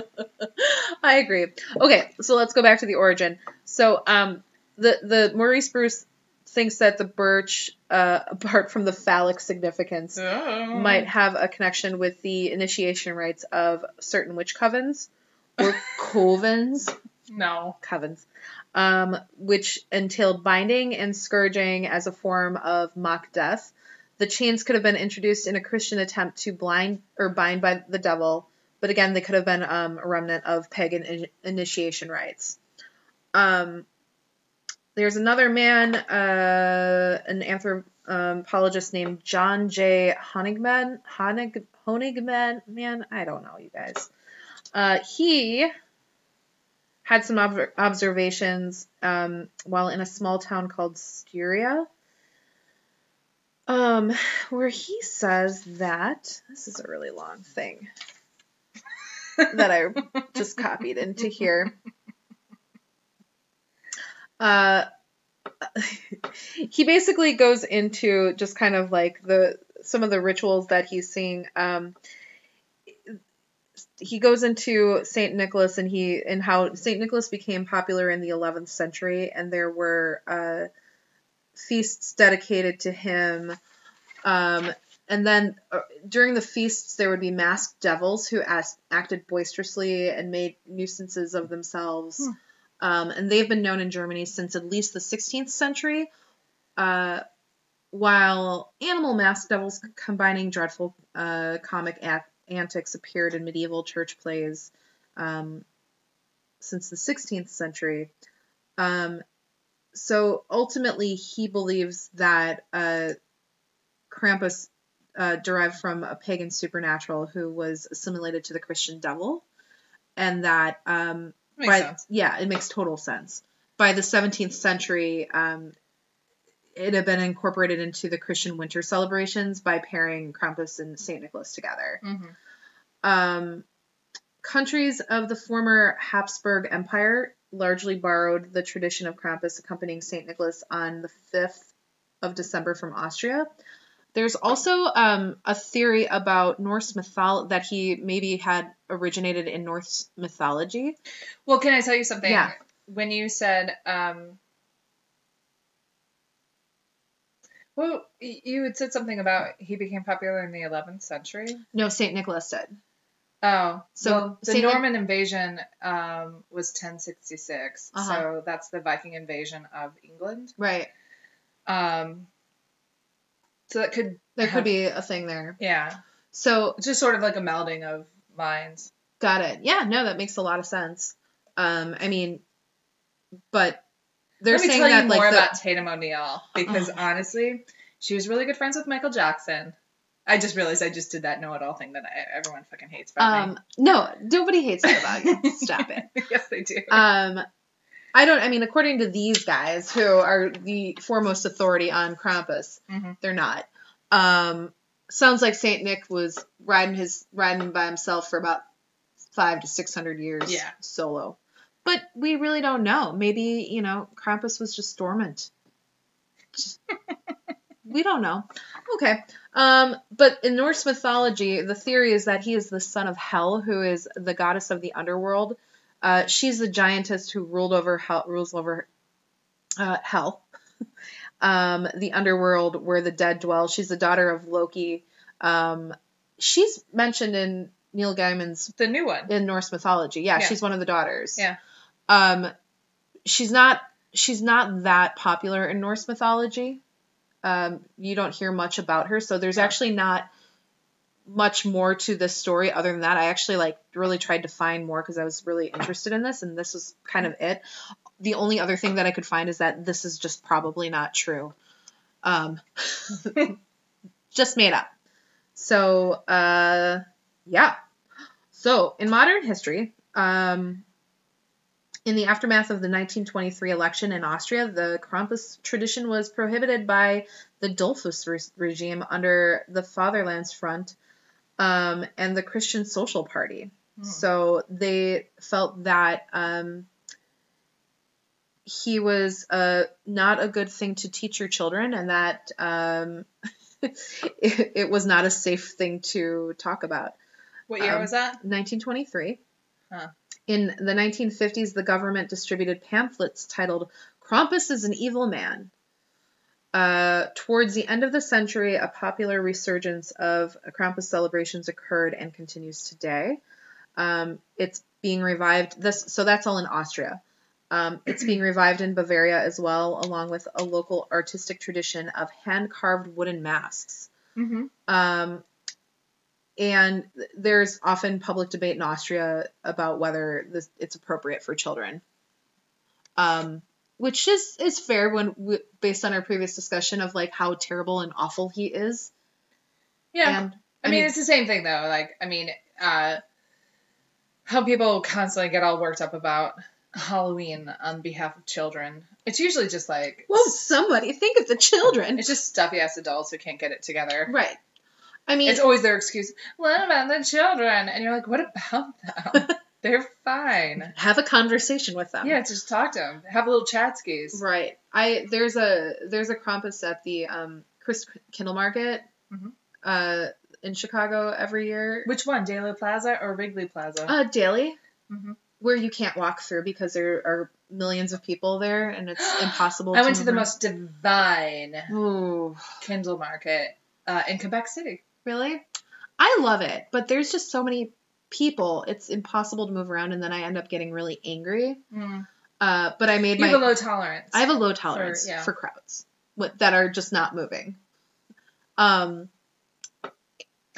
S2: I agree. Okay, so let's go back to the origin. So, um, the the Maurice Bruce thinks that the birch, uh, apart from the phallic significance,
S1: Oh. Mm.
S2: might have a connection with the initiation rites of certain witch covens or covens.
S1: no.
S2: covens, um, which entailed binding and scourging as a form of mock death. The chains could have been introduced in a Christian attempt to blind or bind by the devil, but again, they could have been um, a remnant of pagan in- initiation rites. Um, there's another man, uh, an anthropologist named John J. Honigman. Honig, Honigman? Man, I don't know, you guys. Uh, he had some ob- observations um, while in a small town called Styria, um, where he says that this is a really long thing that I just copied into here. Uh, he basically goes into just kind of like the some of the rituals that he's seeing. Um, he goes into Saint Nicholas and he and how Saint Nicholas became popular in the 11th century, and there were uh, feasts dedicated to him. Um, and then uh, during the feasts, there would be masked devils who as- acted boisterously and made nuisances of themselves.
S1: Hmm.
S2: Um, and they've been known in Germany since at least the 16th century. Uh, while animal masked devils combining dreadful uh, comic ac- antics appeared in medieval church plays um, since the 16th century. Um, so ultimately, he believes that uh, Krampus uh, derived from a pagan supernatural who was assimilated to the Christian devil, and that um,
S1: Makes
S2: by-
S1: sense.
S2: Yeah, it makes total sense. By the 17th century, um, it had been incorporated into the Christian winter celebrations by pairing Krampus and St. Nicholas together.
S1: hmm
S2: Um, countries of the former Habsburg Empire largely borrowed the tradition of Krampus accompanying St. Nicholas on the 5th of December from Austria. There's also um, a theory about Norse mythology that he maybe had originated in Norse mythology.
S1: Well, can I tell you something?
S2: Yeah.
S1: When you said, um, well, y- you had said something about he became popular in the 11th century.
S2: No, St. Nicholas did.
S1: Oh,
S2: So,
S1: so the
S2: Saint-
S1: Norman invasion um, was 1066.
S2: Uh-huh.
S1: So that's the Viking invasion of England.
S2: Right.
S1: Um, so that could,
S2: There
S1: Uh-huh.
S2: could be a thing there.
S1: yeah,
S2: So
S1: it's just sort of like a melding of minds.
S2: Got it. Yeah, no, that makes a lot of sense. Um, I mean, but they're
S1: Let me
S2: saying
S1: tell
S2: that
S1: you
S2: like
S1: more
S2: the, Uh-huh.
S1: about Tatum O'Neal because honestly, she was really good friends with Michael Jackson. I just realized I just did that know-it-all thing that I, everyone fucking hates about
S2: um, no, nobody hates that about you. Stop it.
S1: me. yes, they do.
S2: Um, I don't. I mean, according to these guys, who are the foremost authority on Krampus,
S1: Mhm.
S2: they're not. Um, sounds like Saint Nick was riding his riding by himself for about five to six hundred years,
S1: Yeah.
S2: solo. But we really don't know. Maybe you know, Krampus was just dormant. Just- we don't know. Okay. Um, but in Norse mythology, the theory is that he is the son of Hel, who is the goddess of the underworld. Uh, she's the giantess who ruled over hell, rules over uh, hell, um, the underworld where the dead dwell. She's the daughter of Loki. Um, she's mentioned in Neil Gaiman's
S1: the new one.
S2: in Norse mythology. Yeah,
S1: Yeah.
S2: she's one of the daughters.
S1: Yeah.
S2: Um, she's not she's not that popular in Norse mythology. Um, you don't hear much about her, so there's
S1: Yeah.
S2: actually not much more to this story other than that. I actually like really tried to find more because I was really interested in this, and this was kind of it. The only other thing that I could find is that this is just probably not true. Um, just made up. So, uh, yeah. So, in modern history, um, in the aftermath of the 1923 election in Austria, the Krampus tradition was prohibited by the Dolfus re- regime under the Fatherlandsfront um, and the Christian Social Party.
S1: Hmm.
S2: So, they felt that um, he was uh, not a good thing to teach your children and that um, it, it was not a safe thing to talk about.
S1: What year
S2: um,
S1: was that?
S2: 1923.
S1: Huh.
S2: In the 1950s, the government distributed pamphlets titled Krampus is an Evil Man. Uh, towards the end of the century, a popular resurgence of Krampus celebrations occurred and continues today. Um, it's being revived. This so that's all in Austria. Um, it's being revived in Bavaria as well, along with a local artistic tradition of hand-carved wooden masks.
S1: Mm-hmm.
S2: Um, and th- there's often public debate in Austria about whether this, it's appropriate for children, um, which is is fair when w- based on our previous discussion of like how terrible and awful he is.
S1: Yeah.
S2: And
S1: I mean, it's the same thing though. Like, I mean, uh, how people constantly get all worked up about Halloween on behalf of children. It's usually just like,
S2: well, somebody think of the children,
S1: it's just stuffy ass adults who can't get it together.
S2: right? I mean,
S1: It's always their excuse. What about the children? And you're like, what about them? They're fine.
S2: have a conversation with them.
S1: Yeah, just talk to them. Have a little chat skis.
S2: Right. I there's a there's a Krampus at the um Chris Kindle Market
S1: Mhm.
S2: uh in Chicago every year.
S1: Which one, Daily Plaza or Wrigley Plaza?
S2: Uh daily.
S1: Mhm.
S2: Where you can't walk through because there are millions of people there and it's impossible
S1: I went to
S2: move
S1: the
S2: around.
S1: most divine
S2: Ooh.
S1: Kindle market uh, in Quebec City.
S2: Really? I love it, but there's just so many people, it's impossible to move around and then I end up getting really angry.
S1: Mm.
S2: Uh but I made
S1: You
S2: my
S1: have a low tolerance.
S2: I have a low tolerance for,
S1: yeah.
S2: crowds what, that are just not moving. Um,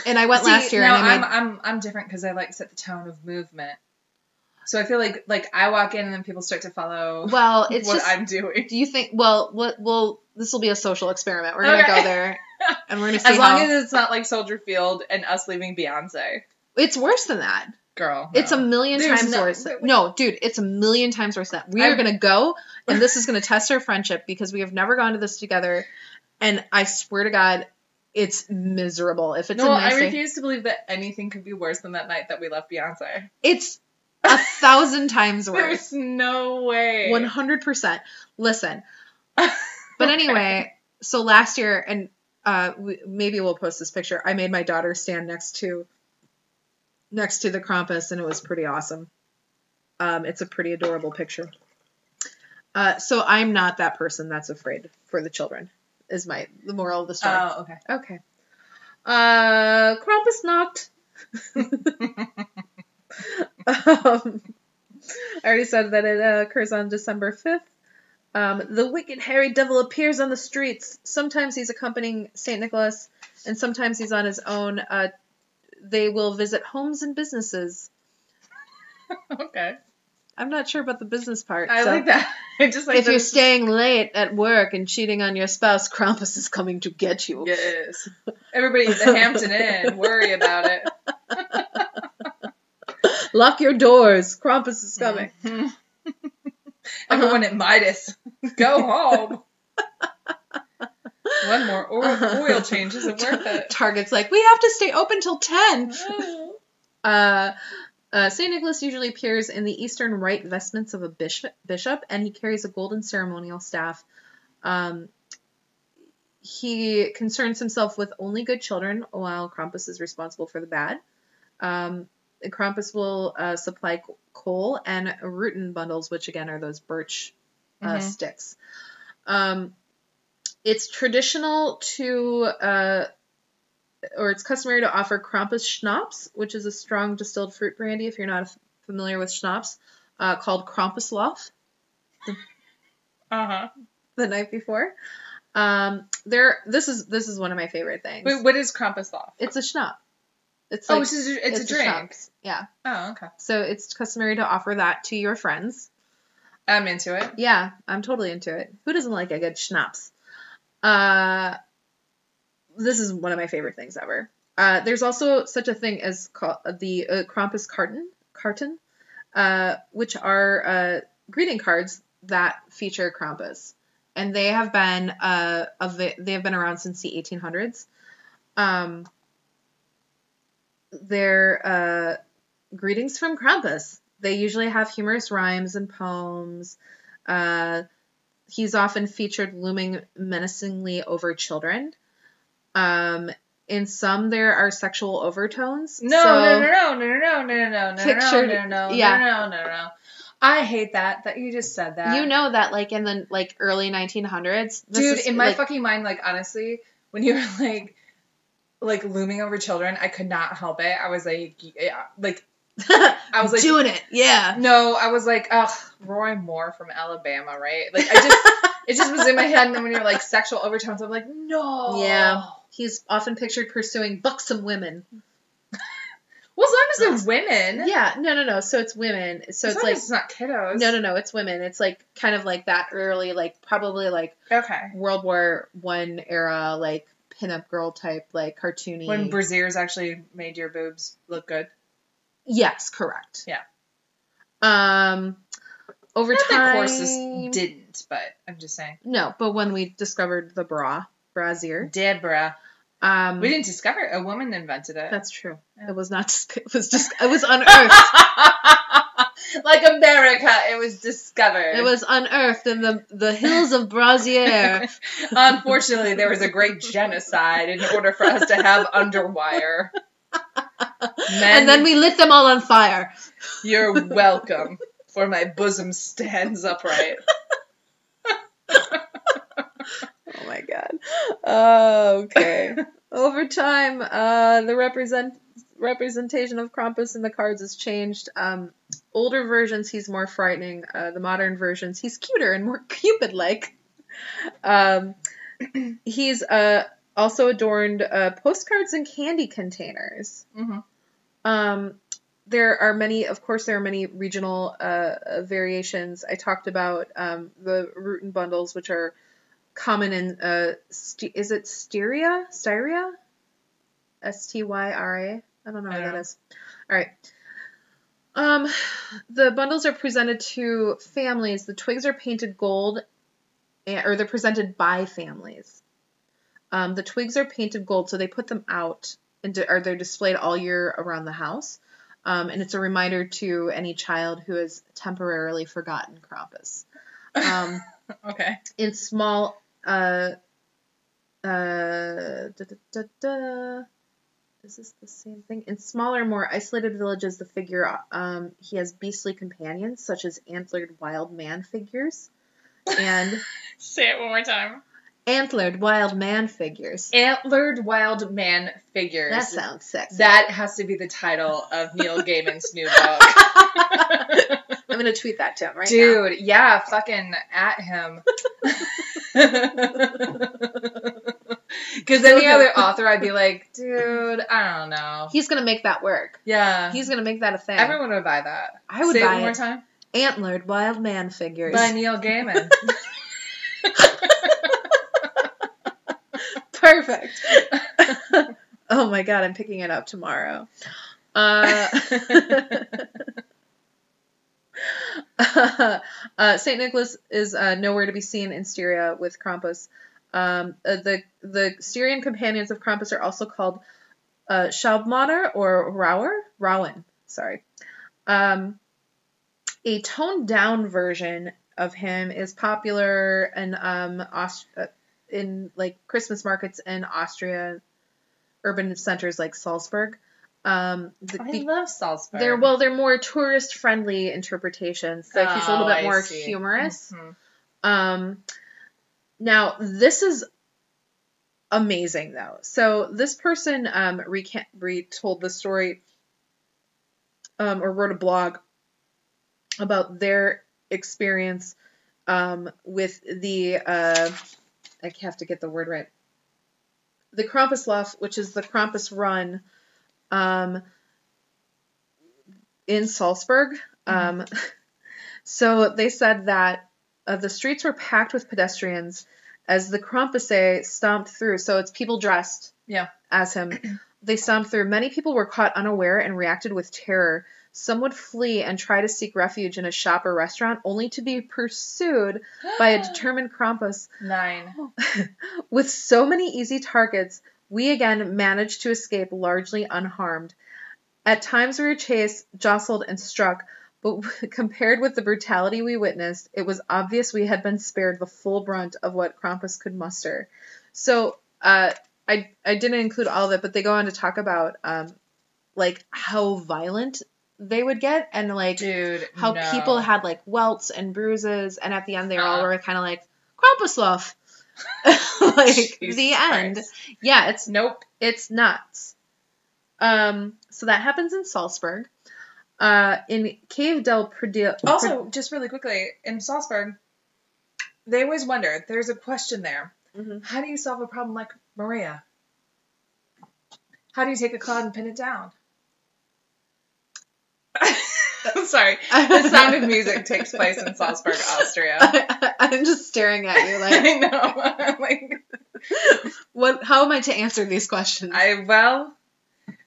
S2: and I went
S1: See,
S2: last year, and
S1: now
S2: I made,
S1: I'm, I'm I'm different because I like set the tone of movement. So I feel like like I walk in and then people start to follow
S2: well, it's
S1: what
S2: just.
S1: I'm doing.
S2: do you think? Well, what? Well, this will be a social experiment. We're gonna
S1: Okay.
S2: go there, and we're gonna see
S1: As long
S2: how.
S1: as it's not like Soldier Field and us leaving Beyonce,
S2: it's worse than that.
S1: girl.
S2: It's a million
S1: There's
S2: times
S1: no-
S2: worse. No, dude, it's a million times worse than that. We are
S1: I'm-
S2: gonna go, and this is gonna test our friendship because we have never gone to this together. And I swear to God, it's miserable. If it's
S1: no.
S2: a nice
S1: I
S2: day-
S1: refuse to believe that anything could be worse than that night that we left Beyonce.
S2: it's a thousand times worse.
S1: There's no way.
S2: One hundred percent. Listen, but anyway, so last year, and uh, we, maybe we'll post this picture. I made my daughter stand next to next to the Krampus, and it was pretty awesome. Um, it's a pretty adorable picture. Uh, so I'm not that person that's afraid for the children. Is my the moral of the story?
S1: Oh, okay.
S2: Okay. Uh, Krampus not. um, I already said that it uh, occurs on December 5th. Um, the wicked hairy devil appears on the streets. Sometimes he's accompanying St. Nicholas, and sometimes he's on his own. Uh, they will visit homes and businesses.
S1: Oh, Okay.
S2: I'm not sure about the business part.
S1: I
S2: so.
S1: like that. I just like
S2: if you're
S1: that-
S2: staying late at work and cheating on your spouse, Krampus is coming to get you.
S1: Yes. Everybody at the Hampton Inn worry about it.
S2: Lock your doors. Krampus is coming.
S1: Mhm. Everyone at Midas, go home. One more oil, oil change isn't worth it.
S2: Target's like, we have to stay open till 10.
S1: Oh.
S2: Uh, uh, St. Nicholas usually appears in the eastern right vestments of a bishop, bishop and he carries a golden ceremonial staff. Um, he concerns himself with only good children, while Krampus is responsible for the bad. Um, and Krampus will uh, supply c- coal and rutan bundles, which again are those birch uh,
S1: Mhm.
S2: sticks. Um, it's traditional to, uh, or it's customary to offer Krampus schnapps, which is a strong distilled fruit brandy. If you're not f- familiar with schnapps, uh, called Krampuslauf
S1: Uh huh.
S2: the night before. Um, there, this is this is one of my favorite things.
S1: Wait, what is Krampus law?
S2: It's a schnapp. It's like,
S1: Oh, it's, a, it's,
S2: it's
S1: a
S2: a
S1: drink.
S2: schnapps. yeah.
S1: oh, okay.
S2: So it's customary to offer that to your friends.
S1: I'm into it.
S2: Yeah, I'm totally into it. Who doesn't like a good schnapps? Uh, this is one of my favorite things ever. Uh, there's also such a thing as ca- the uh, Krampus carton, carton, uh, which are uh, greeting cards that feature Krampus, and they have been uh, of the, they have been around since the 1800s. Um, they're uh, greetings from Krampus. They usually have humorous rhymes and poems. Uh, he's often featured looming menacingly over children. Um, in some, there are sexual overtones.
S1: No, no,
S2: so-
S1: no, no, no, no, no, no, no,
S2: Pictured-
S1: no, no, no,
S2: yeah.
S1: no, no, no, no. I hate that that you just said that.
S2: You know that, like in the like early 1900s, this
S1: dude
S2: is,
S1: in my
S2: like,
S1: fucking mind like honestly when you were like like looming over children i could not help it i was like yeah, like i was like
S2: doing it, yeah.
S1: no i was like ugh roy moore from alabama right like i just it just was in my head and then when you're like sexual overtones i'm like no
S2: Yeah. He's often pictured pursuing buxom women.
S1: well as long as they're women
S2: Yeah, no, no, no. So it's women. So
S1: as long
S2: it's like
S1: as it's not kiddos
S2: no, no, no. It's women. It's like kind of like that early, like probably like
S1: no okay
S2: World War One era, like pinup girl type, like cartoony.
S1: when brasiers actually made your boobs look good
S2: yes, correct.
S1: Yeah.
S2: Um, over
S1: not
S2: time,
S1: that courses didn't but i'm just saying
S2: no, but when we discovered the bra, brasier,
S1: deborah
S2: um,
S1: we didn't discover it. a woman invented it
S2: That's true.
S1: Yeah.
S2: It was not. dis- It was just. It was unearthed.
S1: like America, it was discovered.
S2: it was unearthed in the the hills of Brasier.
S1: Unfortunately, there was a great genocide in order for us to have underwire. Men,
S2: and then we lit them all on fire.
S1: you're welcome. For my bosom stands upright.
S2: Oh my god. Oh, okay. Over time, uh, the represent representation of Krampus in the cards has changed. Um, older versions, he's more frightening. Uh, the modern versions, he's cuter and more Cupid-like. Um, he's uh, also adorned uh, postcards and candy containers.
S1: Mhm.
S2: Um, there are many, of course, there are many regional uh, uh, variations. I talked about um, the root and bundles, which are common in, uh, st- is it Styria? Styria? S T Y R A? I don't know
S1: I
S2: what
S1: don't
S2: that
S1: know.
S2: is. All right. Um, the bundles are presented to families. The twigs are painted gold, eh, or they're presented by families. Um, the twigs are painted gold, so they put them out and di- are they're displayed all year around the house. Um, and it's a reminder to any child who has temporarily forgotten Krampus. Um,
S1: Okay.
S2: in small uh uh da, da, da, da. is this the same thing in smaller more isolated villages the figure um he has beastly companions such as antlered wild man figures and
S1: Say it one more time.
S2: antlered wild man figures
S1: Antlered wild man figures.
S2: that sounds sexy
S1: That has to be the title of Neil Gaiman's new book.
S2: i'm gonna tweet that to him right now
S1: Dude, yeah, fucking at him. Because any other author, I'd be like, dude, I don't know.
S2: he's gonna make that work
S1: Yeah.
S2: he's gonna make that a thing
S1: Everyone would buy that.
S2: i would
S1: Say it
S2: buy
S1: one more
S2: it
S1: time.
S2: Antlered wild man figures.
S1: by Neil Gaiman.
S2: Perfect. oh my god, I'm picking it up tomorrow. Uh, uh, Saint Nicholas is uh, nowhere to be seen in Styria with Krampus. Um, uh, the the Styrian companions of Krampus are also called uh, Schaubmaner or Rauer, Rowan. Sorry. Um, a toned down version of him is popular in um, Aust- uh, in like Christmas markets in Austria, urban centers like Salzburg. Um, the-
S1: I
S2: be-
S1: love Salzburg.
S2: they're well, they're more tourist friendly interpretations. Like he's a little
S1: Oh,
S2: bit
S1: I
S2: more
S1: see.
S2: humorous.
S1: Mhm.
S2: Um, now this is amazing though. So this person um recant retold the story, um, or wrote a blog about their experience um with the uh, I have to get the word right. The Krampuslof, which is the Krampus Run, um, in Salzburg. Um, so they said that uh, the streets were packed with pedestrians as the Krampusse stomped through. So it's people dressed
S1: Yeah.
S2: as him. They stomped through. Many people were caught unaware and reacted with terror. Some would flee and try to seek refuge in a shop or restaurant, only to be pursued by a determined Krampus.
S1: Nine.
S2: With so many easy targets, we again managed to escape largely unharmed. At times we were chased, jostled, and struck, but compared with the brutality we witnessed, it was obvious we had been spared the full brunt of what Krampus could muster. So uh, I I didn't include all of it, but they go on to talk about um, like how violent they would get and like
S1: Dude.
S2: how
S1: no.
S2: people had like welts and bruises, and at the end they all
S1: Uh-uh.
S2: were kind of like Krampuslof. like
S1: Jesus
S2: the end.
S1: Christ.
S2: Yeah, it's
S1: Nope.
S2: it's nuts. Um, so that happens in Salzburg. Uh, in Cave del Pradil.
S1: Also, just really quickly, in Salzburg, they always wonder. There's a question there.
S2: Mhm.
S1: How do you solve a problem like Maria? How do you take a cloud and pin it down? I'm sorry. The sound of music takes place in Salzburg, Austria.
S2: I, am just staring at you, like,
S1: I know. I'm like,
S2: what? How am I to answer these questions? I,
S1: I well,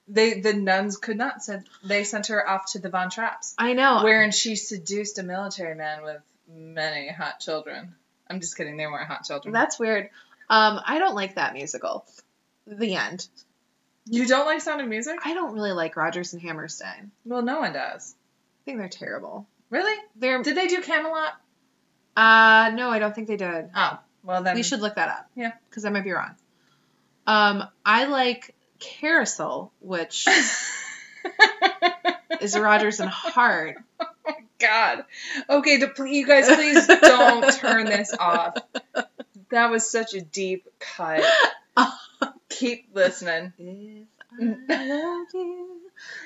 S1: they the nuns could not send. They sent her off to the Von Trapps,
S2: know.
S1: wherein she seduced a military man with many hot children. I'm just kidding. They weren't hot children.
S2: That's weird. Um, I don't like that musical. The end.
S1: you don't like Sound of Music?
S2: I don't really like Rogers and Hammerstein.
S1: Well, no one does.
S2: I think they're terrible.
S1: Really?
S2: They're
S1: Did they do Camelot?
S2: Uh, no, I don't think they did.
S1: Oh, well then.
S2: We should look that up.
S1: Yeah.
S2: Because I might be wrong. Um, I like Carousel, which is Rogers and Hart.
S1: God. Okay, to pl- you guys, please don't turn this off. That was such a deep cut. Keep listening.
S2: If I loved you.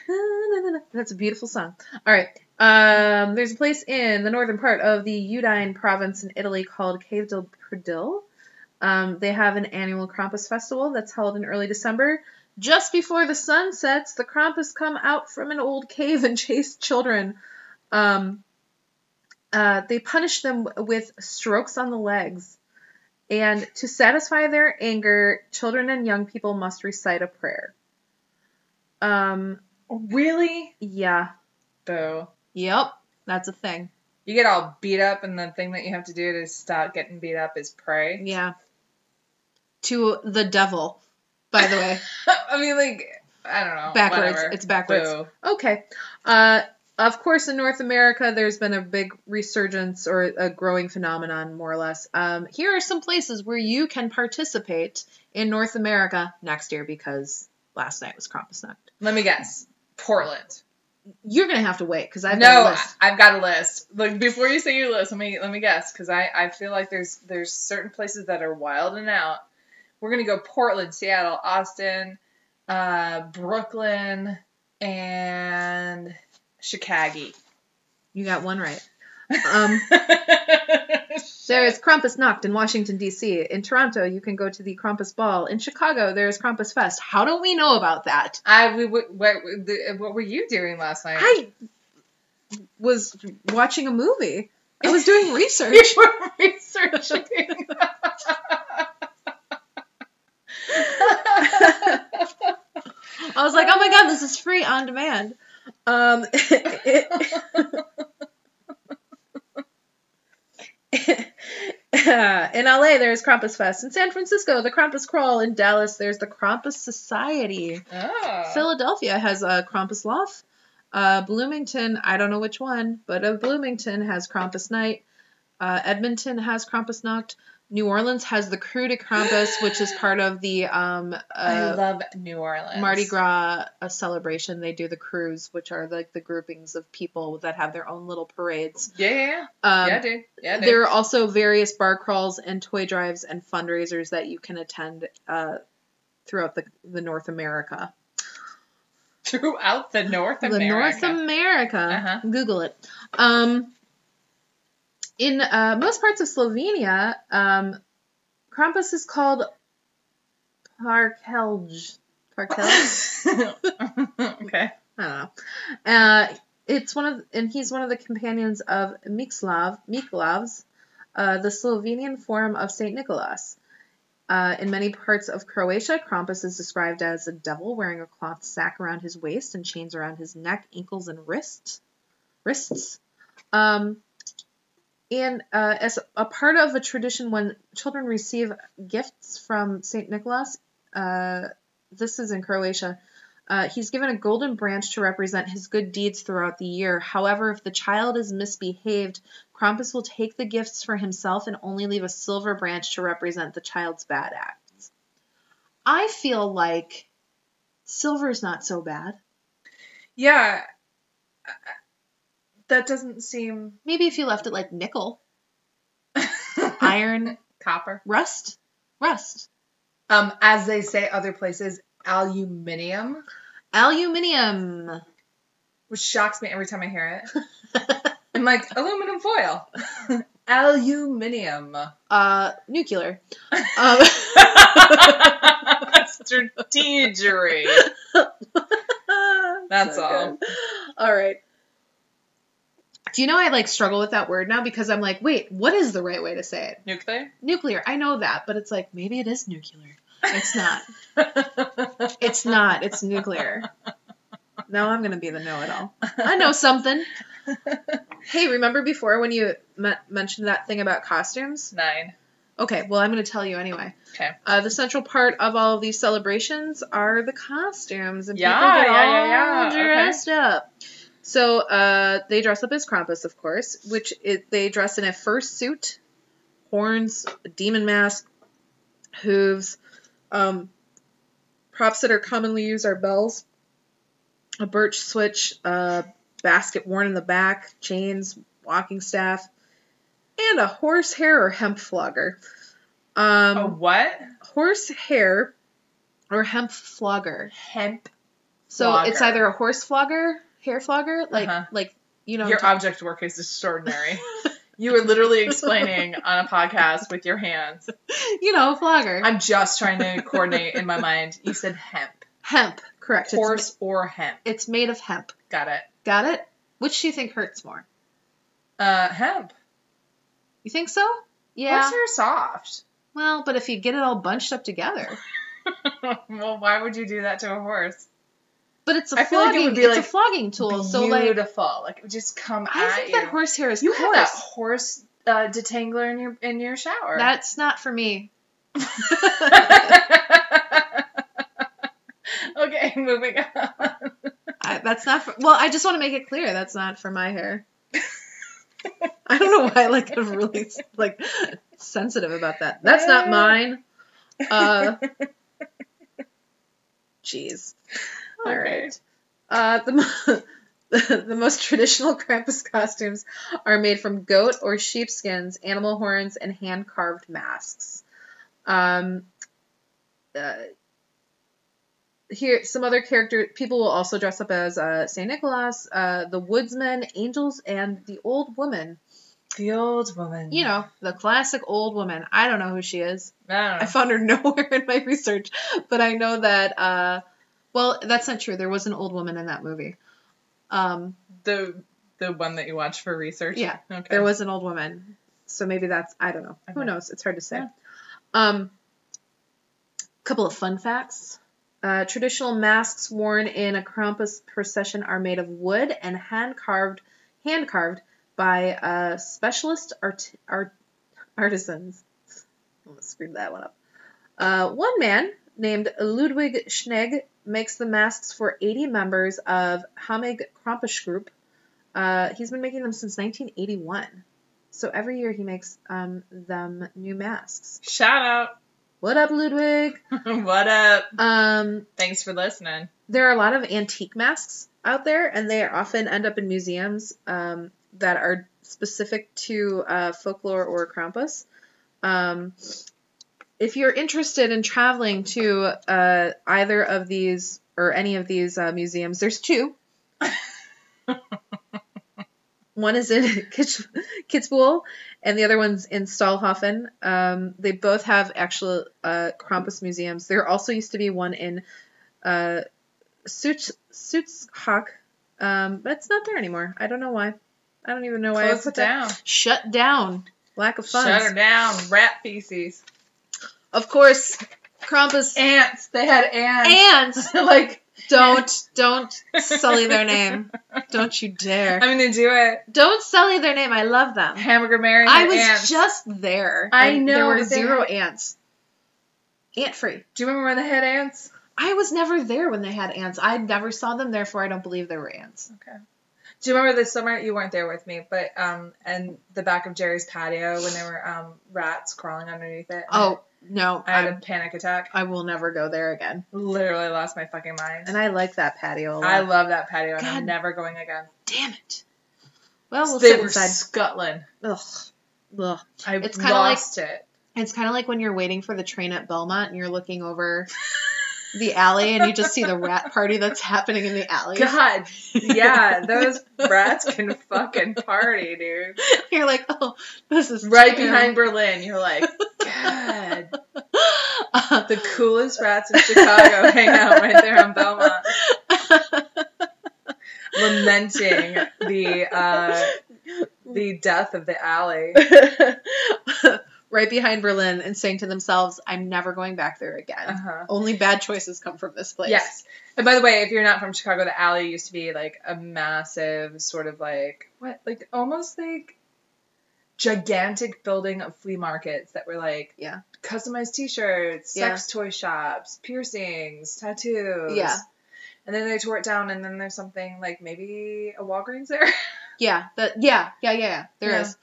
S2: na-na-na-na. That's a beautiful song. All right. Um, there's a place in the northern part of the Udine province in Italy called Cave del Pradil. Um, they have an annual Krampus festival that's held in early December. Just before the sun sets, the Krampus come out from an old cave and chase children. Um, uh, they punish them with strokes on the legs. And to satisfy their anger, children and young people must recite a prayer. Um,
S1: Really?
S2: yeah.
S1: Boo.
S2: Yep. That's a thing.
S1: You get all beat up, and the thing that you have to do to stop getting beat up is pray.
S2: Yeah. To the devil, by the way.
S1: I mean, like, I don't know.
S2: Backwards.
S1: whatever.
S2: It's backwards.
S1: Boo.
S2: Okay. Uh, of course, in North America, there's been a big resurgence or a growing phenomenon, more or less. Um, here are some places where you can participate in North America next year because last night was Krampus night.
S1: Let me guess. Portland.
S2: You're going to have to wait because I've got a
S1: No,
S2: list.
S1: I- I've got a list. Like before you say your list, let me let me guess because I I feel like there's there's certain places that are wild and out. We're gonna go Portland, Seattle, Austin, uh, Brooklyn, and Chicago.
S2: You got one right. Um, There
S1: There's
S2: is Krampusnacht in Washington, D.C. In Toronto, you can go to the Krampus Ball. In Chicago, there is Krampus Fest. How don't we know about that?
S1: I we, we, what what were you doing last night?
S2: I was watching a movie. I was doing
S1: You
S2: research.
S1: were researching.
S2: I was like, oh my god, this is free on demand. Um, in LA, there's Krampus Fest. In San Francisco, the Krampus Crawl. In Dallas, there's the Krampus Society.
S1: oh.
S2: Philadelphia has a Krampus Loft. Uh, Bloomington, I don't know which one, but uh, Bloomington has Krampus Night. Uh, Edmonton has Krampus Nacht. New Orleans has the Crew de Krampus, which is part of the um,
S1: I
S2: uh,
S1: love New Orleans.
S2: Mardi Gras a celebration. They do the crews, which are like the groupings of people that have their own little parades.
S1: Yeah, yeah, yeah.
S2: Um,
S1: yeah, dude. Yeah, dude.
S2: there are also various bar crawls and toy drives and fundraisers that you can attend uh, throughout the, the North America.
S1: throughout the North
S2: The
S1: America.
S2: North America.
S1: Uh-huh.
S2: Google it. Um, in uh, most parts of Slovenia, um, Krampus is called Parkelj. Parkelj?
S1: okay.
S2: I don't know. Uh, it's one of, and he's one of the companions of Mikslav, Miklavs, uh, the Slovenian form of Saint Nicholas. Uh, in many parts of Croatia, Krampus is described as a devil wearing a cloth sack around his waist and chains around his neck, ankles, and wrists. Wrists. Um, and uh, as a part of a tradition when children receive gifts from Saint Nicholas, uh, this is in Croatia. Uh, he's given a golden branch to represent his good deeds throughout the year. However, if the child is misbehaved, Krampus will take the gifts for himself and only leave a silver branch to represent the child's bad acts. I feel like silver's not so bad.
S1: Yeah. That doesn't seem
S2: Maybe if you left it like nickel, iron,
S1: copper.
S2: rust, rust,
S1: Um, as they say other places, aluminium,
S2: aluminium.
S1: which shocks me every time I hear it. I'm like aluminum foil, aluminium.
S2: uh, nuclear. Um,
S1: Strategery. That's
S2: Ah, So
S1: all.
S2: good. All right. Do you know I like struggle with that word now because I'm like, wait, what is the right way to say it?
S1: Nuclear.
S2: Nuclear. I know that, but it's like maybe it is nuclear. It's not. It's not. It's nuclear. Now I'm gonna be the know-it-all. I know something. Hey, remember before when you me- mentioned that thing about costumes?
S1: Nine.
S2: Okay, well I'm gonna tell you anyway.
S1: Okay.
S2: Uh, the central part of all of these celebrations are the costumes, and
S1: Yeah,
S2: people get
S1: yeah, yeah,
S2: all
S1: yeah. Okay.
S2: dressed up. So uh, they dress up as Krampus, of course, which it, they dress in a fursuit, horns, a demon mask, hooves. Um, props that are commonly used are bells, a birch switch, a basket worn in the back, chains, walking staff, and a horsehair or hemp flogger. Um,
S1: A what?
S2: horse hair or hemp flogger.
S1: Hemp.
S2: So
S1: Flogger.
S2: it's either a horse flogger, hair flogger, like
S1: Uh-huh.
S2: like you know.
S1: Your object work is extraordinary. you were literally explaining on a podcast with your hands.
S2: you know, flogger.
S1: I'm just trying to coordinate in my mind. You said hemp.
S2: hemp, correct.
S1: Horse or hemp.
S2: It's, it's made of hemp.
S1: Got it.
S2: Got it? Which do you think hurts more?
S1: Uh, hemp.
S2: You think so? Yeah.
S1: Horse hair soft.
S2: Well, but if you get it all bunched up together,
S1: well, why would you do that to a horse?
S2: but it's a
S1: I feel like it
S2: flogging.
S1: would be,
S2: it's a
S1: like,
S2: flogging tool. So like,
S1: Beautiful. Like it would just come
S2: I
S1: at
S2: think
S1: you.
S2: that horse hair is
S1: you have that
S2: coarse.
S1: horse uh, detangler in your in your shower.
S2: That's not for me.
S1: okay, moving on.
S2: I, that's not for, well. I just want to make it clear that's not for my hair. I don't know why like I'm really like sensitive about that. That's
S1: Eh.
S2: not mine. Uh, jeez. All
S1: Okay.
S2: right. Uh, the mo- the most traditional Krampus costumes are made from goat or sheepskins, animal horns, and hand carved masks. Um, uh, here, some other character people will also dress up as uh, Saint Nicholas, uh, the woodsman, angels, and the old woman.
S1: The old woman.
S2: You know, the classic old woman. I don't know who she is.
S1: I don't
S2: I
S1: know.
S2: found her nowhere in my research, but I know that. Uh, well, that's not true. There was an old woman in that movie. Um,
S1: the the one that you watch for research?
S2: Yeah.
S1: Okay.
S2: There was an old woman. So maybe that's I don't know. Who
S1: Okay.
S2: knows? It's hard to say.
S1: Yeah.
S2: Um couple of fun facts. Uh, traditional masks worn in a Krampus procession are made of wood and hand carved hand carved by uh, specialist art, art artisans. I almost screwed that one up. Uh, one man named Ludwig Schnegg makes the masks for 80 members of Hamig Krampus Group uh, he's been making them since 1981. So every year he makes um, them new masks.
S1: Shout out.
S2: What up, Ludwig?
S1: what up?
S2: Um,
S1: Thanks for listening.
S2: there are a lot of antique masks out there, and they often end up in museums um, that are specific to uh, folklore or Krampus. Um, if you're interested in traveling to uh, either of these or any of these uh, museums, there's two. One is in Kitz- Kitzbühel, and the other one's in Stahlhofen. Um, they both have actual uh, Krampus museums. There also used to be one in uh, Suits Suitshak, um, but it's not there anymore. I don't know why. I don't even know why. I
S1: Close
S2: put
S1: it
S2: that-
S1: down.
S2: Shut down. Lack of funds.
S1: Shut her down. Rat feces.
S2: Of course, Krampus
S1: Ants. They had ants.
S2: ants
S1: like
S2: don't don't sully their name. Don't you dare.
S1: I'm gonna do it.
S2: Don't sully their name. I love them.
S1: Hamburger Mary.
S2: I was
S1: ants.
S2: just there.
S1: I
S2: and There
S1: know,
S2: were
S1: but they
S2: zero ants. Ant free.
S1: Do you remember when they had ants?
S2: I was never there when they had ants. I never saw them, therefore I don't believe there were ants.
S1: Okay. Do you remember this summer you weren't there with me, but um, and the back of Jerry's patio when there were um rats crawling underneath it.
S2: Oh no,
S1: I had
S2: I,
S1: a panic attack.
S2: I will never go there again.
S1: Literally lost my fucking mind.
S2: And I like that patio a lot.
S1: I love that patio, and
S2: God.
S1: I'm never going again.
S2: Damn it. Well, we'll
S1: they
S2: sit
S1: were
S2: inside.
S1: scuttling.
S2: Ugh. Ugh.
S1: I
S2: It's kinda like-
S1: lost it.
S2: It's kind of like when you're waiting for the train at Belmont and you're looking over the alley and you just see the rat party that's happening in the alley.
S1: God, yeah, those rats can fucking party, dude.
S2: You're like, oh, this is
S1: Right
S2: terrible."
S1: behind Berlin, you're like, God,
S2: Uh,
S1: the coolest rats in Chicago hang out right there on Belmont, lamenting the uh, the death of the alley.
S2: right behind Berlin and saying to themselves, I'm never going back there again.
S1: Uh-huh.
S2: Only bad choices come from this place.
S1: Yes. And by the way, if you're not from Chicago, the alley used to be like a massive sort of like what like almost like gigantic building of flea markets that were like
S2: Yeah.
S1: customized t-shirts, sex toy shops, piercings, tattoos.
S2: Yeah.
S1: And then they tore it down and then there's something like maybe a Walgreens there.
S2: Yeah. That, yeah. Yeah. Yeah. Yeah. There is.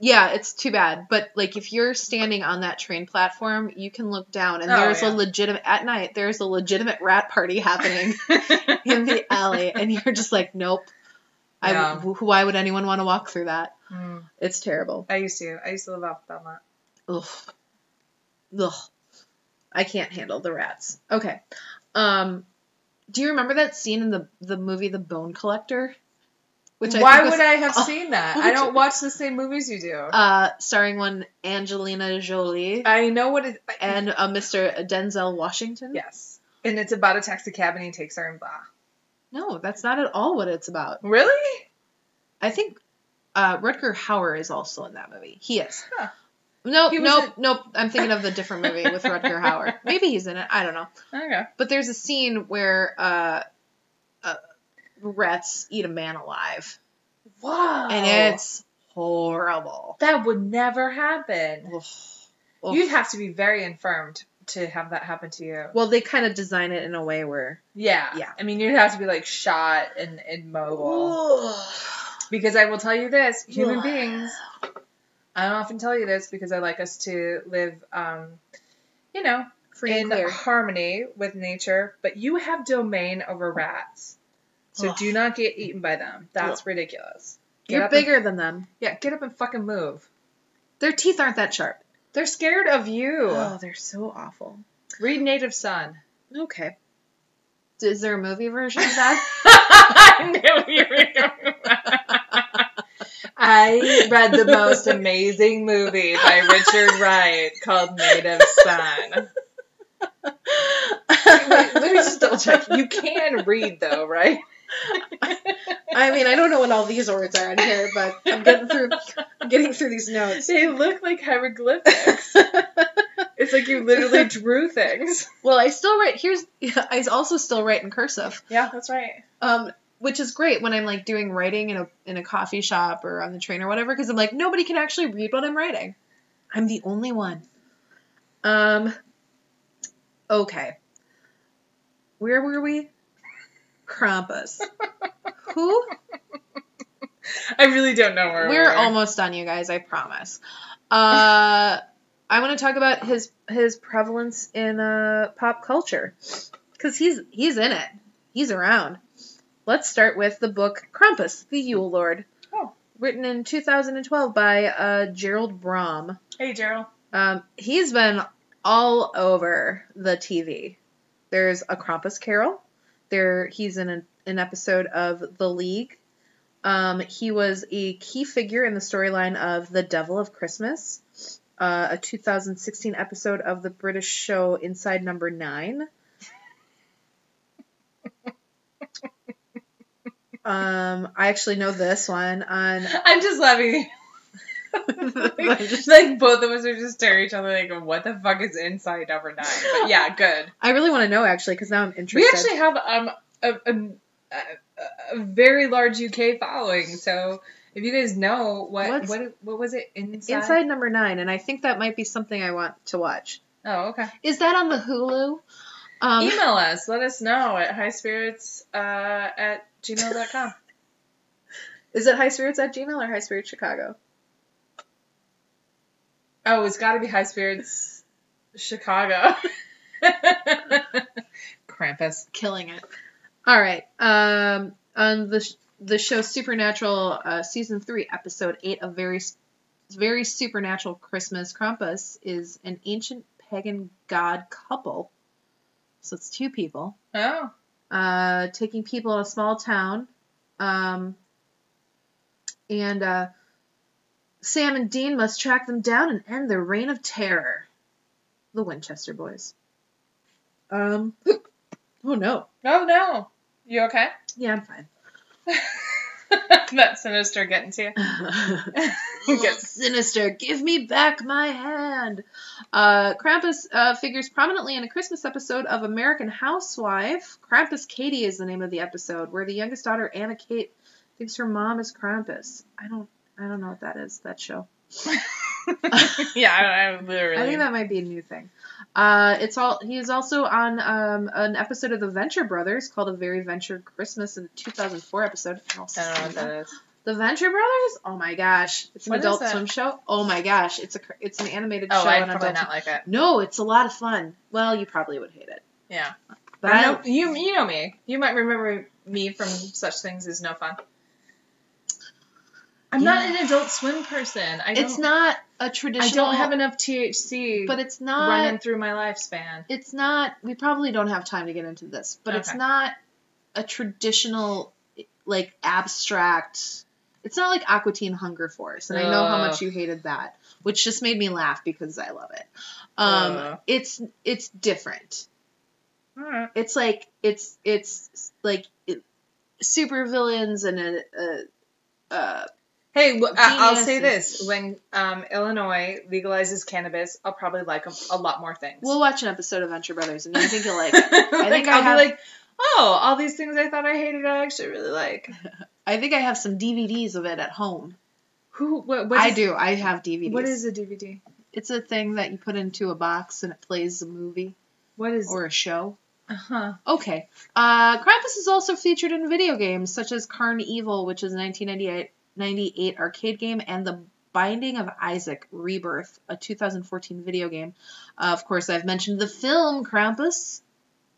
S1: Yeah.
S2: yeah. it's too bad. But like, if you're standing on that train platform, you can look down, and
S1: Oh,
S2: there's
S1: yeah.
S2: a legitimate at night. There's a legitimate rat party happening in the alley, and you're just like, nope. I,
S1: Yeah.
S2: wh- why would anyone want to walk through that?
S1: Hmm.
S2: It's terrible.
S1: I used to. I used to live off Belmont.
S2: Ugh. Ugh. I can't handle the rats. Okay. Um, do you remember that scene in the the movie The Bone Collector?
S1: Why
S2: think was-
S1: would I have seen that? I
S2: Which-
S1: don't watch the same movies you do.
S2: uh, starring one Angelina Jolie
S1: I know what it
S2: and uh, Mr. Denzel Washington.
S1: Yes. And it's about a taxi cab and he takes her and blah.
S2: No, that's not at all what it's about.
S1: Really?
S2: I think uh, Rutger Hauer is also in that movie. He is.
S1: Huh.
S2: No,
S1: He
S2: nope,
S1: was
S2: nope, nope. I'm thinking of the different movie with Rutger Hauer. Maybe he's in it. I don't know.
S1: Okay.
S2: But there's a scene where uh, uh, rats eat a man alive,
S1: Wow.
S2: and it's horrible.
S1: that would never happen.
S2: Ugh. Ugh.
S1: You'd have to be very infirmed to have that happen to you.
S2: Well, they kind of design it in a way where.
S1: Yeah.
S2: Yeah.
S1: I mean, you'd have to be like shot and immobile.
S2: Ugh.
S1: Because I will tell you this, human
S2: Ugh.
S1: beings. I don't often tell you this because I like us to live, um, you know,
S2: free
S1: in
S2: and clear.
S1: harmony with nature. But you have domain over rats, so
S2: Ugh.
S1: do not get eaten by them. That's ridiculous. Get
S2: You're
S1: up and-
S2: bigger than them.
S1: Yeah, get up and fucking move.
S2: Their teeth aren't that sharp.
S1: They're scared of you.
S2: Oh, they're so awful.
S1: Read Native Son.
S2: Okay. Is there a movie version of that?
S1: I knew you were going I read the most amazing movie by Richard Wright called Native Son. Wait, let me just double check. You can read though, right?
S2: I mean, I don't know what all these words are in here, but I'm getting through I'm getting through these notes.
S1: They look like hieroglyphics. it's like you literally drew things.
S2: Well, I still write here's I also still write in cursive.
S1: Yeah, that's right.
S2: Um which is great when I'm like doing writing in a in a coffee shop or on the train or whatever because I'm like nobody can actually read what I'm writing. I'm the only one. Um okay. Where were we? Krampus. Who?
S1: I really don't know where
S2: We're almost done, you guys. I promise. Uh, I want to talk about his his prevalence in uh, pop culture because he's he's in it. He's around. Let's start with the book Krampus, the Yule Lord,
S1: Oh.
S2: written in 2012 by uh, Gerald Brom.
S1: Hey, Gerald.
S2: Um, he's been all over the TV. There's a Krampus Carol. There, he's in an, an episode of The League. Um, he was a key figure in the storyline of The Devil of Christmas, uh, a 2016 episode of the British show Inside Number Nine. um, I actually know this one on.
S1: I'm just laughing. like both of us are just staring at each other like what the fuck is inside number nine but yeah good
S2: I really want to know actually because now I'm interested.
S1: we actually have um a, a, a, a very large uk following so if you guys know what
S2: What's-
S1: what, what was it inside?
S2: Inside number nine, and I think that might be something I want to watch.
S1: oh okay
S2: Is that on the Hulu? Um,
S1: email us let us know at high spirits uh, at gmail.com
S2: is it High Spirits at Gmail or High Spirits Chicago?
S1: oh it's got to be high spirits chicago krampus
S2: Killing it. All right. Um, on the sh- the show Supernatural, uh, season three, episode eight of very S- very supernatural Christmas, Krampus is an ancient pagan god couple. So it's two people.
S1: oh
S2: uh, taking people in a small town. Um, and uh, Sam and Dean must track them down and end their reign of terror. The Winchester boys. Um, oh no.
S1: oh no you okay
S2: Yeah, I'm fine.
S1: that sinister getting to you
S2: Look sinister. Give me back my hand. Uh, Krampus uh, figures prominently in a Christmas episode of American Housewife. Krampus Katie is the name of the episode, where the youngest daughter Anna Kate thinks her mom is Krampus. I don't, I don't know what that is. That show.
S1: yeah, I, I literally.
S2: I think that might be a new thing. Uh, it's all. He is also on um, an episode of The Venture Brothers called A Very Venture Christmas, in 2004 episode.
S1: I don't
S2: And I'll
S1: know what
S2: send that.
S1: that is.
S2: The Venture Brothers? Oh my gosh. It's an
S1: What is
S2: adult
S1: that?
S2: swim show. Oh my gosh. It's a cr- it's an animated
S1: Oh,
S2: show
S1: I
S2: on
S1: probably
S2: adult
S1: not like it.
S2: No, it's a lot of fun. Well, you probably would hate it.
S1: Yeah,
S2: But
S1: I
S2: I,
S1: know you. You know me. You might remember me from such things as no fun. I'm not
S2: Yeah.
S1: an adult swim person. I don't,
S2: it's not a
S1: I
S2: traditional
S1: don't have enough THC
S2: but it's not
S1: running through my lifespan.
S2: it's not we probably don't have time to get into this, but it's
S1: Okay.
S2: not a traditional like abstract it's not like Aquatine Hunger Force, and I know how
S1: Ugh.
S2: much you hated that, which just made me laugh because I love it. Um,
S1: Ugh.
S2: it's it's different.
S1: Alright.
S2: it's like it's it's like it, super villains and a, a, uh, a
S1: Hey, wh- I- I'll
S2: Geniuses.
S1: say this: when um, Illinois legalizes cannabis, I'll probably like a, a lot more things.
S2: we'll watch an episode of Venture Brothers and I think you'll like
S1: like,
S2: it.
S1: I
S2: think I
S1: will
S2: have-
S1: be like, oh, all these things I thought I hated, I actually really like.
S2: I think I have some DVDs of it at home.
S1: Who? What, what
S2: I
S1: is-
S2: do. I have DVDs.
S1: What is a DVD?
S2: It's a thing that you put into a box and it plays a movie
S1: What is?
S2: or a show.
S1: uh-huh.
S2: Okay. Uh, Krampus is also featured in video games such as Carnival, which is a 1998 98 arcade game, and The Binding of Isaac Rebirth, a 2014 video game. Uh, of course, I've mentioned the film Krampus,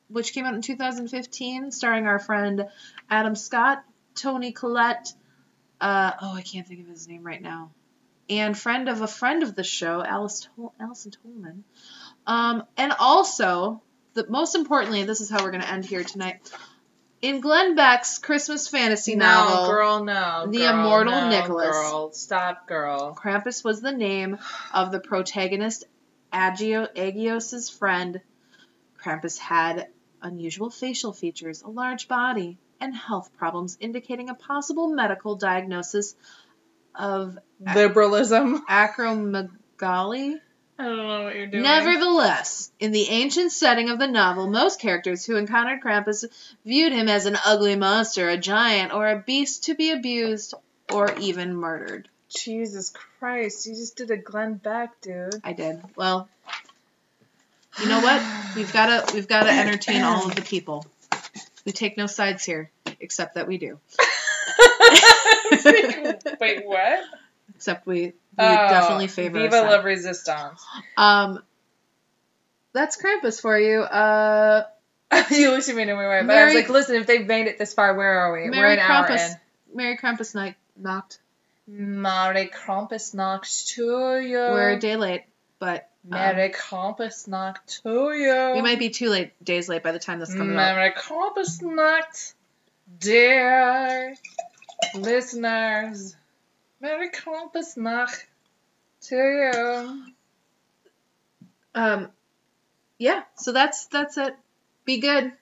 S2: which came out in 2015, starring our friend Adam Scott, Tony Collette, uh, oh, I can't think of his name right now, and friend of a friend of the show, Alice Tol- Allison Tolman. Um, and also, the, most importantly, this is how we're going to end here tonight. In Glenn Beck's Christmas fantasy novel,
S1: No, girl, no.
S2: The
S1: girl,
S2: Immortal
S1: no,
S2: Nicholas.
S1: Girl, stop, girl.
S2: Krampus was the name of the protagonist Agio Agios's friend. Krampus had unusual facial features, a large body, and health problems, indicating a possible medical diagnosis of
S1: Liberalism.
S2: acromegaly.
S1: I don't know what you're doing.
S2: Nevertheless, in the ancient setting of the novel, most characters who encountered Krampus viewed him as an ugly monster, a giant, or a beast to be abused or even murdered.
S1: Jesus Christ, you just did a Glenn Beck, dude.
S2: I did. Well, you know what? We've got to we've got to entertain all of the people. We take no sides here, except that we do.
S1: Wait, what?
S2: Except we, we
S1: Oh,
S2: definitely favor
S1: Viva
S2: our side.
S1: la Resistance.
S2: Um, that's Krampus for you. Uh,
S1: you looked at me in a weird way, but I was
S2: Merry-
S1: like, listen, if they've made it this far, where are we? We're
S2: Merry
S1: an hour
S2: Krampus.
S1: in.
S2: Merry Krampus night knocked.
S1: Merry Krampus Nacht to you.
S2: We're a day late, but
S1: Merry Krampus Nacht to you.
S2: we might be two late days late by the time this comes out.
S1: Merry Krampus Nacht, dear listeners. Merry Krampus Nacht to you.
S2: Um, yeah. So that's that's it. Be good.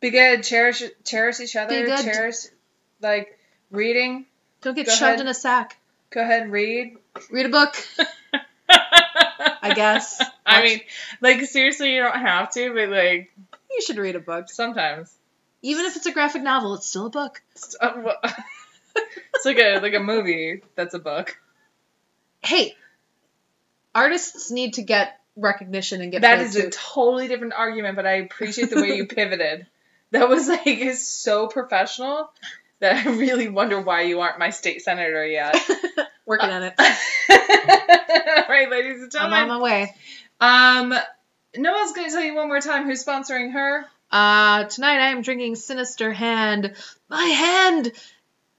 S1: Be good. Cherish, cherish each other.
S2: Be good.
S1: Cherish, like, reading.
S2: Don't get
S1: Go
S2: shoved
S1: ahead.
S2: in a sack.
S1: Go ahead and read.
S2: Read a book.
S1: I
S2: guess.
S1: I mean, like, seriously, you don't have to, but, like,
S2: You should read a book,
S1: sometimes.
S2: even if it's a graphic novel. It's still a book.
S1: It's, uh, well, it's like a like a movie that's a book.
S2: Hey, artists need to get recognition and get
S1: That
S2: paid
S1: is
S2: too.
S1: a totally different argument, but I appreciate the way you pivoted. That was like is so professional that I really wonder why you aren't my state senator yet.
S2: Working on it.
S1: right, ladies and
S2: I'm on
S1: gentlemen.
S2: my way.
S1: Um, Noelle's gonna tell you one more time who's sponsoring her.
S2: Uh, tonight I am drinking Sinister Hand. My hand,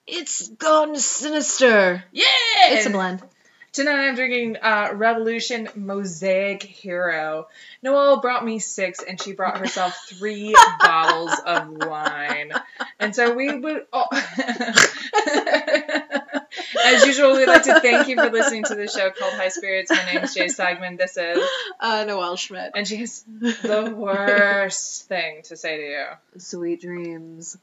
S2: it's gone sinister.
S1: Yeah,
S2: It's a blend.
S1: Tonight I'm drinking uh, Revolution Mosaic Hero. Noelle brought me six, and she brought herself three bottles of wine. And so we would. All... As usual, we'd like to thank you for listening to the show called High Spirits. My name is Jay Seigman. This is,
S2: Uh, Noel Schmidt.
S1: and she has the worst thing to say to you.
S2: Sweet dreams.